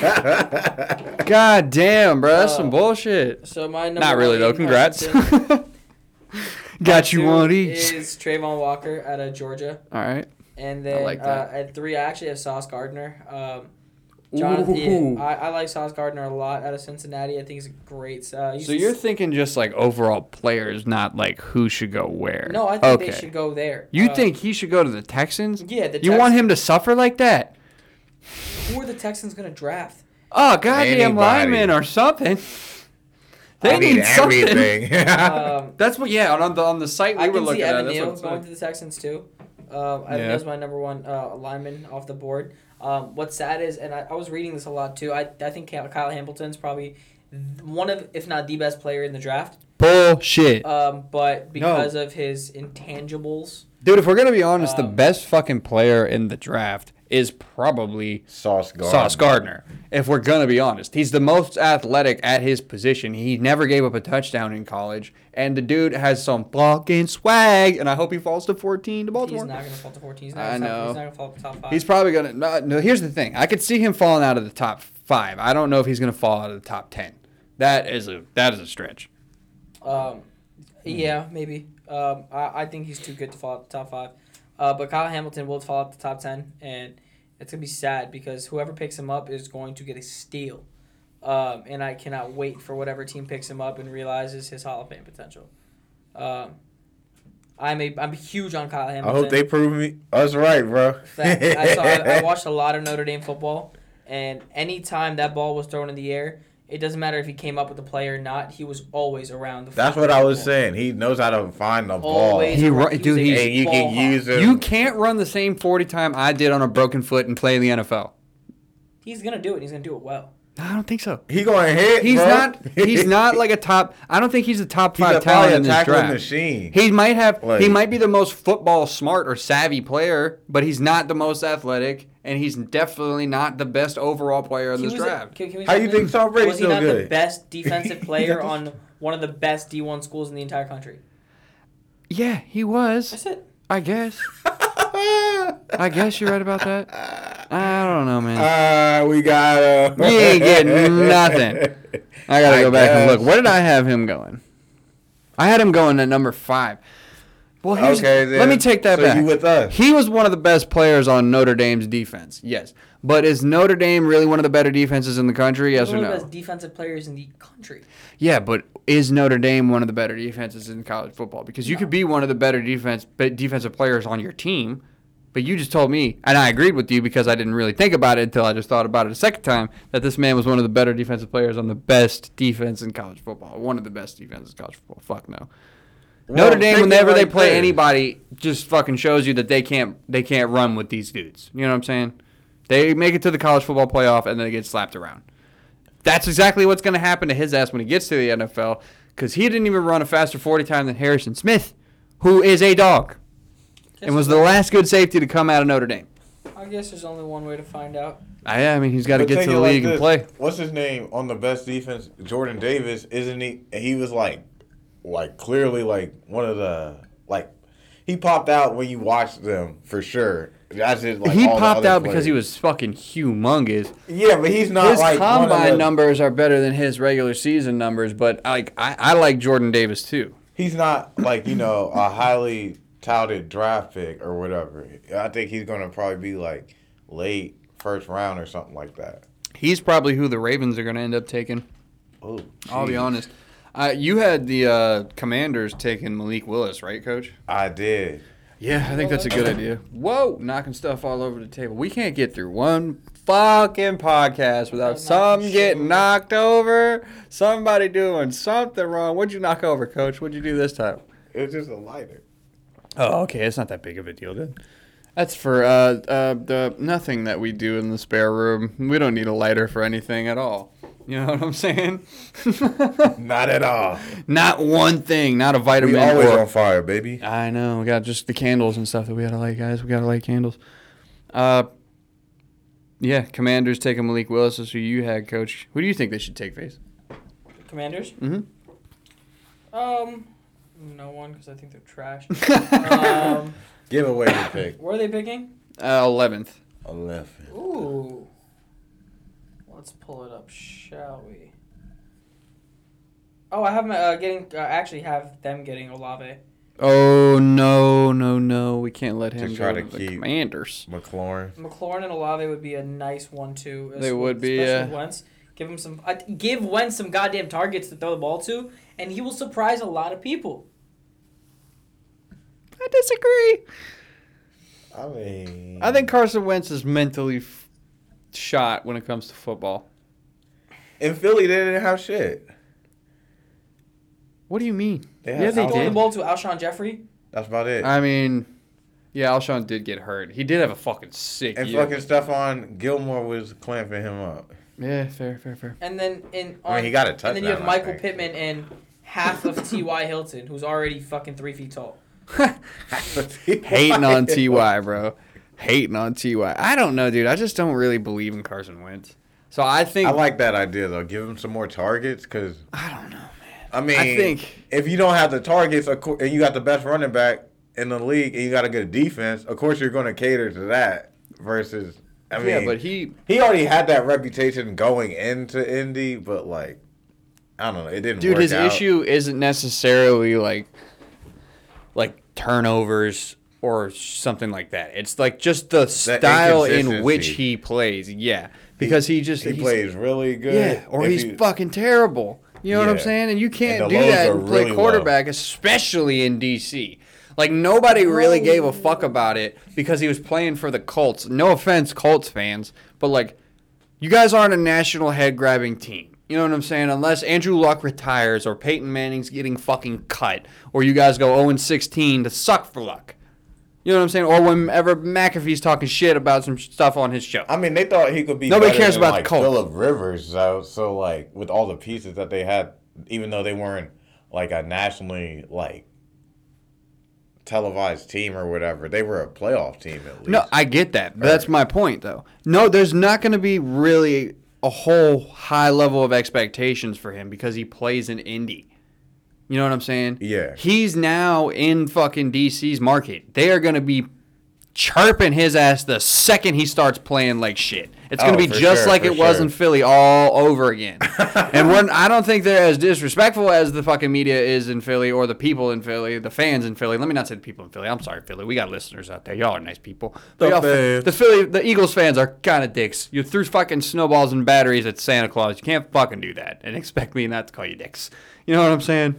C: literally.
A: God damn, bro, that's
B: Uh,
A: some bullshit.
B: So my number
A: Not really
B: one
A: though.
B: Aiden
A: Congrats.
B: Hutchinson.
A: Got you E.
B: Two
A: one each.
B: Is Trayvon Walker out of Georgia,
A: All right.
B: and then
A: like
B: uh,
A: that.
B: at three I actually have Sauce Gardner. Um, Jonathan,
A: Ooh.
B: yeah, I, I like Sauce Gardner a lot out of Cincinnati. I think he's a great. Uh, he's
A: So you're thinking just like overall players, not like who should go where.
B: no, I think they should go there.
A: You
B: Uh,
A: think he should go to the Texans?
B: Yeah, the
A: you want him to suffer like that?
B: Who are the Texans gonna draft?
A: Oh, goddamn
C: Anybody.
A: linemen or something. They
C: I
A: need,
C: need
A: something.
C: everything.
A: Uh,
B: Um,
A: That's what. Yeah, on the on the site we
B: I
A: were
B: can
A: looking
B: see
A: at.
B: Evan
A: That's what
B: Neal
A: it
B: going
A: said.
B: to the Texans too. Um, Evan
A: Yeah.
B: Neal's my number one uh, lineman off the board. Um, what's sad is, and I, I was reading this a lot too. I, I think Kyle Kyle Hamilton's probably one of, if not the best player in the draft.
A: Bullshit.
B: Um, but because of his intangibles,
A: Dude, if we're gonna be honest, the
B: Um,
A: best fucking player in the draft is probably
C: Sauce Gardner.
A: Sauce Gardner. If we're gonna be honest, he's the most athletic at his position. He never gave up a touchdown in college, and the dude has some fucking swag. And I hope he falls to fourteen to
B: he's
A: Baltimore.
B: not gonna fall to fourteen. He's not,
A: I
B: gonna top-
A: know.
B: He's not gonna fall to top five.
A: He's probably gonna. No, no, here's the thing. I could see him falling out of the top five. I don't know if he's gonna fall out of the top ten. That is a that is a stretch.
B: Um,
C: Hmm.
B: yeah, maybe. Um, I, I think he's too good to fall out the top five. Uh, but Kyle Hamilton will fall out the top ten, and it's gonna be sad because whoever picks him up is going to get a steal. Um, and I cannot wait for whatever team picks him up and realizes his Hall of Fame potential. Um, I'm a I'm huge on Kyle
C: I
B: Hamilton.
C: hope they prove me us right, bro.
B: Fact. I, saw, I, I watched a lot of Notre Dame football, and anytime that ball was thrown in the air, it doesn't matter if he came up with the play or not. He was always around the.
C: That's
B: fucking
C: what I was
B: football.
C: saying. He knows how to find the ball,
B: always.
C: and
A: He
B: were-
A: ru-
B: was
A: dude,
B: a
A: he's-
C: you
B: ball
C: can
B: hawk.
C: use it.
A: You can't run the same forty time I did on a broken foot and play in the NFL.
B: He's gonna do it. and He's gonna do it well.
A: I don't think so.
C: He going to hit.
A: He's
C: bro.
A: not. He's not like a top. I don't think he's a top
C: He's
A: five
C: a
A: talent
C: probably a
A: in this
C: tackling
A: draft.
C: machine.
A: He might have. he
C: Like-
A: might be the most football smart or savvy player, but he's not the most athletic, and he's definitely not the best overall player in
D: He
A: this
D: was a-
A: draft.
D: can- can we
C: How
D: say
C: you think
D: this?
C: Tom Brady's
D: Was he
C: still
D: not the
C: good?
D: best defensive player on one of the best D1 schools in the entire country?
A: yeah, he was.
D: That's it.
A: I guess. I guess you're right about that. I don't know, man.
C: Uh, we got. Uh,
A: You ain't getting nothing. I gotta
C: I
A: go back and
C: guess.
A: look. Where did I have him going? I had him going at number five. Well, here's,
C: Okay, then.
A: let me take that
C: So
A: back.
C: you with us.
A: He was one of the best players on Notre Dame's defense. Yes, but is Notre Dame really one of the better defenses in the country? Yes
D: One
A: or
D: of the
A: no?
D: best defensive players in the country.
A: Yeah, but is Notre Dame one of the better defenses in college football? Because you could be one of the better defense be- defensive players on your team, but you just told me, and I agreed with you because I didn't really think about it until I just thought about it a second time that this man was one of the better defensive players on the best defense in college football, one of the best defenses in college football. Fuck no. Notre Dame, whenever they play anybody, just fucking shows you that they can't they can't run with these dudes. You know what I'm saying? They make it to the college football playoff and then they get slapped around. That's exactly what's going to happen to his ass when he gets to the NFL because he didn't even run a faster 40 time than Harrison Smith, who is a dog and was the last good safety to come out of Notre Dame.
D: I guess there's only one way to find out.
A: I, I mean, he's got to get to the league and play.
C: What's his name on the best defense? Jordan Davis, isn't he? He was like, like clearly like one of the like he popped out when you watched them for sure. That's it. Like,
A: he
C: all the
A: popped
C: other
A: out because he
C: players.
A: was fucking humongous.
C: Yeah, but he's not
A: his
C: like one of
A: combine
C: the-
A: numbers are better than his regular season numbers, but like I, I like Jordan Davis too.
C: He's not like you know a highly touted draft pick or whatever. I think he's gonna probably be like late first round or something like that.
A: He's probably who the Ravens are going to end up taking.
C: Oh,
A: I'll be
C: geez.
A: honest. Uh, you had the uh, Commanders taking Malik Willis, right, Coach?
C: I did.
A: Yeah, I think that's a good idea. Whoa, knocking stuff all over the table. We can't get through one fucking podcast without
D: Without knocking
A: some
D: shit
A: getting
D: over.
A: knocked over, somebody doing something wrong. What'd you knock over, Coach? What'd you do this time?
C: It was just a lighter.
A: Oh, okay. It's not that big of a deal, then. That's for uh, uh, the nothing that we do in the spare room. We don't need a lighter for anything at all. You know what I'm saying?
C: Not at all.
A: not one thing. Not a vitamin.
C: We always
A: or-
C: on fire, baby.
A: I know. We got just the candles and stuff that we gotta light, guys. We gotta light candles. Uh, yeah. Commanders taking Malik Willis. That's who you had, Coach. Who do you think they should take, face?
D: Commanders?
A: Mhm.
D: Um, no one because I think they're trash. um,
C: Give away your pick.
D: where are they picking?
A: Uh, Eleventh.
C: Eleven.
D: Ooh. Let's pull it up, shall we? Oh, I have my uh, getting. Uh, I actually have them getting Olave.
A: oh no, no, no. We can't let him
C: To try
A: go
C: to
A: to the
C: keep-
A: Commanders.
C: McLaurin.
D: McLaurin and Olave would be a nice one-two.
A: They would be,
D: Especially
A: yeah.
D: Wentz. Give him some. Uh, give Wentz some goddamn targets to throw the ball to, and he will surprise a lot of people.
A: I disagree.
C: I mean,
A: I think Carson Wentz is mentally f- shot when it comes to football.
C: in Philly they didn't have shit.
A: What do you mean?
C: They
A: Yeah, they
C: Alshon.
D: Throwing
A: did.
D: the ball to Alshon Jeffrey.
C: That's about it.
A: I mean, yeah, Alshon did get hurt. He did have a fucking sick
C: and
A: year.
C: fucking Stephon Gilmore was clamping him up.
A: yeah, fair, fair, fair.
D: And then in
C: I mean, he got a
D: And then you have
C: touchdown, I
D: Michael
C: think.
D: Pittman and half of T.Y. Hilton, who's already fucking three feet tall.
A: Hating on Ty, bro. Hating on Ty. I don't know, dude. I just don't really believe in Carson Wentz. So I think
C: I like that idea though. Give him some more targets because
A: I don't know.
C: I mean,
A: I think-
C: if you don't have the targets of cour- and you got the best running back in the league and you got a good defense, of course you're going to cater to that. Versus, I mean,
A: yeah, but he
C: he already had that reputation going into Indy, but like, I don't know, it didn't.
A: dude
C: work
A: his
C: out.
A: issue isn't necessarily like like turnovers or something like that it's like just the style in which
C: inconsistency.
A: he plays yeah because he, just
C: He
A: he's-
C: plays really good.
A: yeah or
C: If
A: he's
C: you-
A: fucking terrible you know what i'm
C: Yeah.
A: saying and you can't
C: the
A: do
C: lows
A: that
C: are
A: and play
C: really low.
A: quarterback especially in dc like nobody really gave a fuck about it because he was playing for the colts no offense colts fans but like you guys aren't a national head grabbing team. You know what I'm saying? Unless Andrew Luck retires or oh Peyton Manning's getting fucking cut or you guys go 0 16 to suck for luck. You know what I'm saying? Or whenever McAfee's talking shit about some stuff on his show.
C: I mean, they thought he could be.
A: Nobody
C: better
A: cares
C: than,
A: about the
C: like,
A: Colts.
C: Philip Rivers. So, so like with all the pieces that they had, even though they weren't like a nationally like televised team or whatever, they were a playoff team at least.
A: No, I get that. But that's my point, though. No, there's not going to be really a whole high level of expectations for him because he plays in Indy. You know what I'm saying?
C: Yeah.
A: He's now in fucking DC's market. They are going to be chirping his ass the second he starts playing like shit. It's going
C: Oh,
A: to be
C: for
A: just
C: sure,
A: like
C: for
A: it was
C: sure.
A: in Philly all over again. and we're, I don't think they're as disrespectful as the fucking media is in Philly or the people in Philly, the fans in Philly. Let me not say the people in Philly. I'm sorry, Philly. We got listeners out there. Y'all are nice people. But
C: The
A: y'all-
C: fans.
A: the Philly, the Eagles fans are kind of dicks. You threw fucking snowballs and batteries at Santa Claus. You can't fucking do that and expect me not to call you dicks. You know what I'm saying?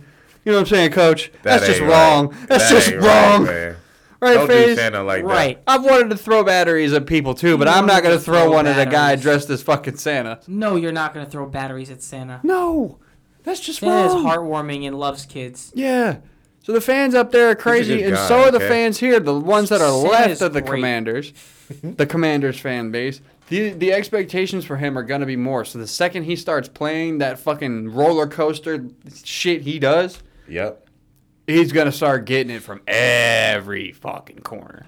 A: You know what I'm saying, Coach?
C: That
A: That's just
C: ain't
A: wrong.
C: right.
A: That's
C: That
A: just
C: ain't right,
A: wrong.
C: man.
A: Right,
C: Don't do
A: Faze?
C: Santa like that.
B: Right.
A: I've wanted to throw batteries at people too, but I'm not gonna throw
B: Throw
A: one at a guy
B: batteries.
A: dressed as fucking Santa.
B: No, you're not gonna throw batteries at Santa.
A: No, that's just
B: Santa is
A: wrong.
B: heartwarming and loves kids.
A: Yeah. So the fans up there are crazy,
C: good
A: and
C: guy,
A: so are the
C: okay?
A: fans here, the ones that are
B: Santa
A: left
B: is
A: of the
B: great.
A: Commanders, the Commanders fan base. The, the expectations for him are going to be more. So the second he starts playing that fucking roller coaster shit he does,
C: Yep.
A: he's going to start getting it from every fucking corner.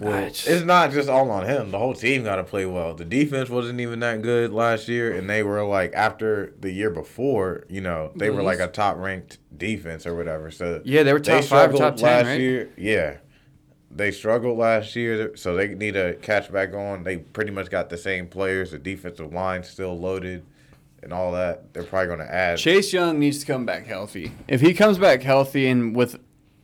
A: Ah, it's-
C: It's not just all on him. The whole team got to play well. The defense wasn't even that good last year, and they were like after the year before. You know, they were like a top ranked defense or whatever. So
A: Yeah, they were top five or top 10,
C: last
A: right?
C: year. Yeah, they struggled last year, so they need to catch back on. They pretty much got the same players. The defensive line still loaded, and all that. They're probably going to add.
A: Chase Young needs to come back healthy. If he comes back healthy and with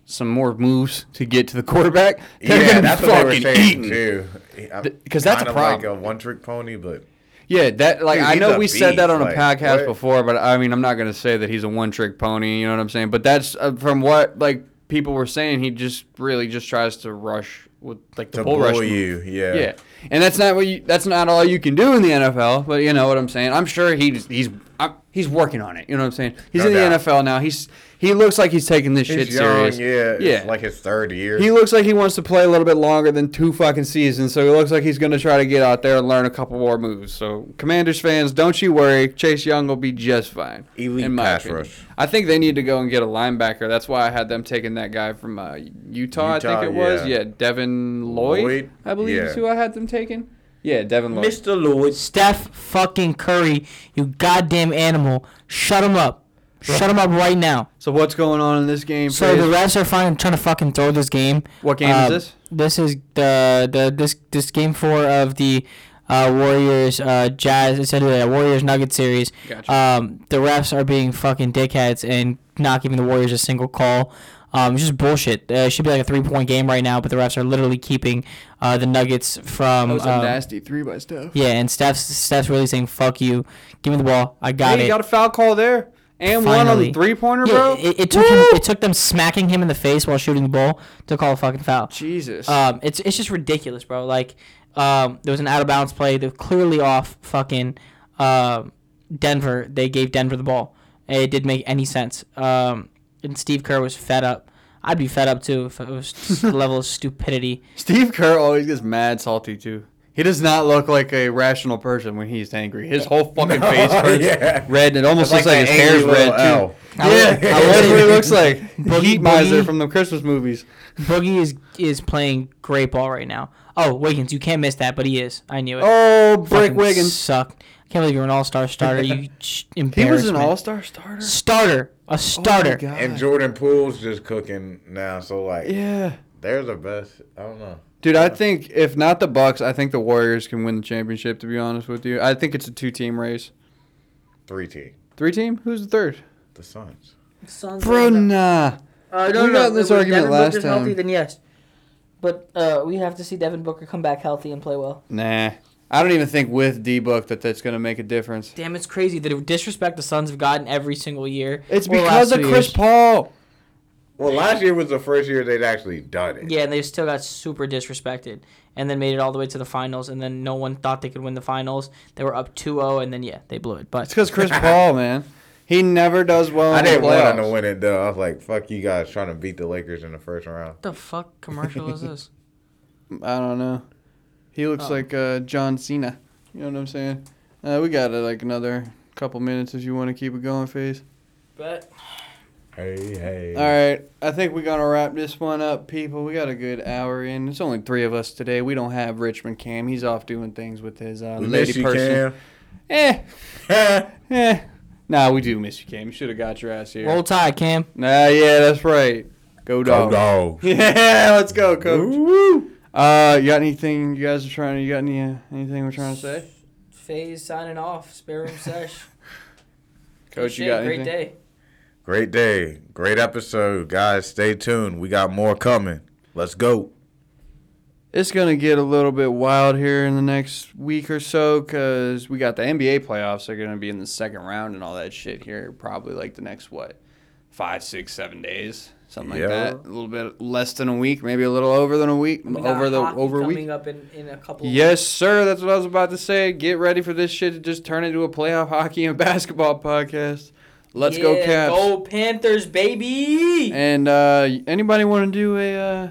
A: some more moves to get to the quarterback, they're
C: yeah,
A: going to
C: that's
A: be
C: what they were
A: fucking
C: saying
A: eating.
C: too. I'm
A: 'cause that's a
C: kind of Like a
A: problem.
C: one trick pony, but.
A: Yeah, that like
C: Dude,
A: I
C: he's
A: know
C: a
A: we said that
C: beast,
A: on a
C: like,
A: podcast
C: what?
A: before, but I mean I'm not gonna say that he's a one trick pony. You know what I'm saying? But that's uh, from what like people were saying. He just really just tries to rush with like the
C: To
A: bull
C: blow
A: rush. move.
C: you, yeah.
A: yeah, and that's not what you. That's not all you can do in the NFL. But you know what I'm saying. I'm sure he's he's I'm, he's working on it. You know what I'm saying? He's
C: No
A: in
C: doubt.
A: the NFL now. He's he looks like he's taking this shit
C: He's young,
A: serious.
C: yeah.
A: yeah.
C: It's like his third year.
A: He looks like he wants to play a little bit longer than two fucking seasons, so he looks like he's going to try to get out there and learn a couple more moves. So, Commanders fans, don't you worry. Chase Young will be just fine.
C: Elite pass rush.
A: I think they need to go and get a linebacker. That's why I had them taking that guy from uh, Utah, I
C: Utah,
A: think it was.
C: yeah.
A: Yeah, Devin Lloyd,
C: Lloyd,
A: I believe is
C: yeah.
A: who I had them taking. Yeah, Devin Lloyd.
B: Mr. Lloyd. Steph fucking Curry, you goddamn animal. Shut him up. Shut him up right now.
A: So, what's going on in this game?
B: So
A: Fizz?
B: the refs are fine trying to fucking throw this game.
A: What game is
B: Uh,
A: this?
B: This is the the this this game four of the uh, Warriors uh, Jazz. It's a Warriors Nugget series.
A: Gotcha.
B: Um, the refs are being fucking dickheads and not giving the Warriors a single call. Um, it's just bullshit. Uh, it should be like a three point game right now, but the refs are literally keeping uh, the Nuggets from.
A: that was a
B: um,
A: nasty three by Steph.
B: yeah, and Steph's Steph's really saying "fuck you, give me the ball, I got
A: hey,
B: it."
A: you got a foul call there. And one on the
B: Finally.
A: three pointer,
B: yeah,
A: bro.
B: it, it took
A: Woo!
B: him, it took them smacking him in the face while shooting the ball to call a fucking foul.
A: Jesus.
B: Um, it's it's just ridiculous, bro. Like, um, there was an out of bounds play. They're clearly off fucking um Denver. They gave Denver the ball. It didn't make any sense. Um, and Steve Kerr was fed up. I'd be fed up too if it was just the level of stupidity.
A: Steve Kerr always gets mad salty too. He does not look like a rational person when he's angry. His whole fucking face turns
C: yeah.
A: red, and it almost
C: It's
A: looks like,
C: like
A: his
C: that angry
A: hair's red
C: little
A: too.
C: L.
B: I
A: Yeah,
B: would- I
A: that's what he
B: would-
A: looks like. The
B: Boogie-
A: heat miser
B: Boogie.
A: from the Christmas movies.
B: Boogie is is playing great ball right now. Oh, Wiggins, you can't miss that, but he is. I knew it.
A: Oh, Brick
B: Fucking
A: Wiggins.
B: sucked. I can't believe you're an All Star starter. You sh-
A: He was an
B: embarrassment.
A: all star starter.
B: starter, a starter.
A: Oh God.
C: And Jordan Poole's just cooking now, so like
A: Yeah.
C: they're the best. I don't know.
A: Dude, I think if not the Bucks, I think the Warriors can win the championship, to be honest with you. I think it's a two team race.
C: Three team.
A: Three team? Who's the third?
C: The Suns.
A: Bro, nah.
D: Uh,
A: We got in this
D: if
A: argument
D: Devin
A: last
D: Booker's healthy,
A: time.
D: then yes. But uh, we have to see Devin Booker come back healthy and play well.
A: Nah. I don't even think with D Book that that's going to make a difference.
B: Damn, it's crazy the disrespect the Suns have gotten every single year.
A: It's
B: Well,
A: because
B: last
A: of
B: two
A: Chris
B: years.
A: Paul.
C: Well, last year was the first year they'd actually done it.
B: Yeah, and they still got super disrespected, and then made it all the way to the finals, and then no one thought they could win the finals. They were up 2-0, and oh, then yeah, they blew it.
A: It's
B: But
A: because Chris Paul, man. He never does well.
C: I
A: in the
C: didn't want him to
A: playoffs.
C: win it though. I was like, "Fuck you guys trying to beat the Lakers in the first round."
D: the fuck commercial is this?
A: I don't know. He looks
D: Oh.
A: like uh, John Cena. You know what I'm saying? Uh, we got uh, like another couple minutes if you want to keep it going, Face.
D: Bet.
C: Hey, hey.
A: All right, I think we're gonna wrap this one up, people. We got a good hour in. It's only three of us today. We don't have Richmond Cam. He's off doing things with his uh,
C: we
A: lady
C: miss you,
A: person.
C: Cam.
A: Eh,
C: yeah,
A: eh. Nah, we do miss you, Cam. You should have got your ass here.
B: Roll Tide, Cam.
A: nah, yeah, that's right. Go dog.
C: dog.
A: Yeah, let's go, coach. Uh, you got anything you guys are trying? You got any uh, anything we're trying to say?
D: Phase signing off. Spare room sesh.
A: Coach, you
D: Shit,
A: got
D: great
A: anything?
D: day.
C: Great day, great episode, guys. Stay tuned. We got more coming. Let's go.
A: It's going to get a little bit wild here in the next week or so because we got the NBA playoffs. They're going to be in the second round and all that shit here, probably like the next, what, five, six, seven days? Something
C: Yeah.
A: like that. A little bit less than a week, maybe a little over than a week.
D: We got
A: over the
D: hockey
A: over a
D: coming
A: week.
D: up in, in a couple.
A: Yes, sir. That's what I was about to say. Get ready for this shit to just turn into a playoff hockey and basketball podcast. Let's go,
D: Yeah,
A: Caps.
D: Go Panthers, baby!
A: And uh, anybody want to do a uh,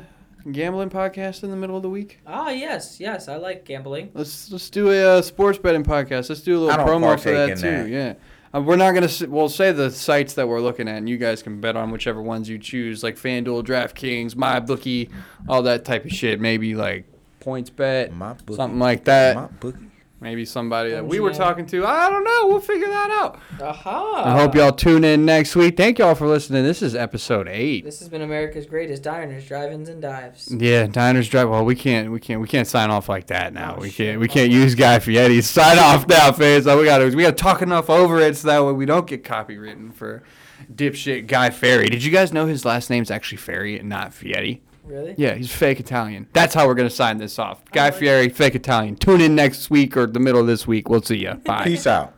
A: gambling podcast in the middle of the week?
D: Ah, yes, yes, I like gambling.
A: Let's let's do a uh, sports betting podcast. Let's do a
C: I
A: little
C: don't
A: promo for
C: partake
A: that
C: in
A: too.
C: that.
A: Yeah, uh, we're not gonna. s- We'll say the sites that we're looking at, and you guys can bet on whichever ones you choose, like FanDuel, DraftKings, MyBookie, all that type of shit. Maybe like points bet,
C: My bookie.
A: something like that.
C: My bookie.
A: Maybe somebody that we were
D: MGM.
A: talking to. I don't know. We'll figure that out.
D: Aha!
A: I hope y'all tune in next week. Thank y'all for listening. This is episode eight.
D: This has been America's Greatest Diners, Drive-Ins, and Dives.
A: Yeah, Diners Drive. Well, we can't, we can't, we can't sign off like that now.
D: Oh,
A: we
D: shit.
A: can't, we can't use Guy Fieri. Sign off now, fans. Like, we got to, we got to talk enough over it so that way we don't get copywritten for dipshit Guy Fieri. Did you guys know his last name's actually Ferry and not Fieri?
D: Really?
A: Yeah, he's fake Italian. That's how we're gonna sign this off. Guy
D: like
A: Fieri, fake Italian. Tune in next week or the middle of this week. We'll see ya. Bye.
C: Peace out.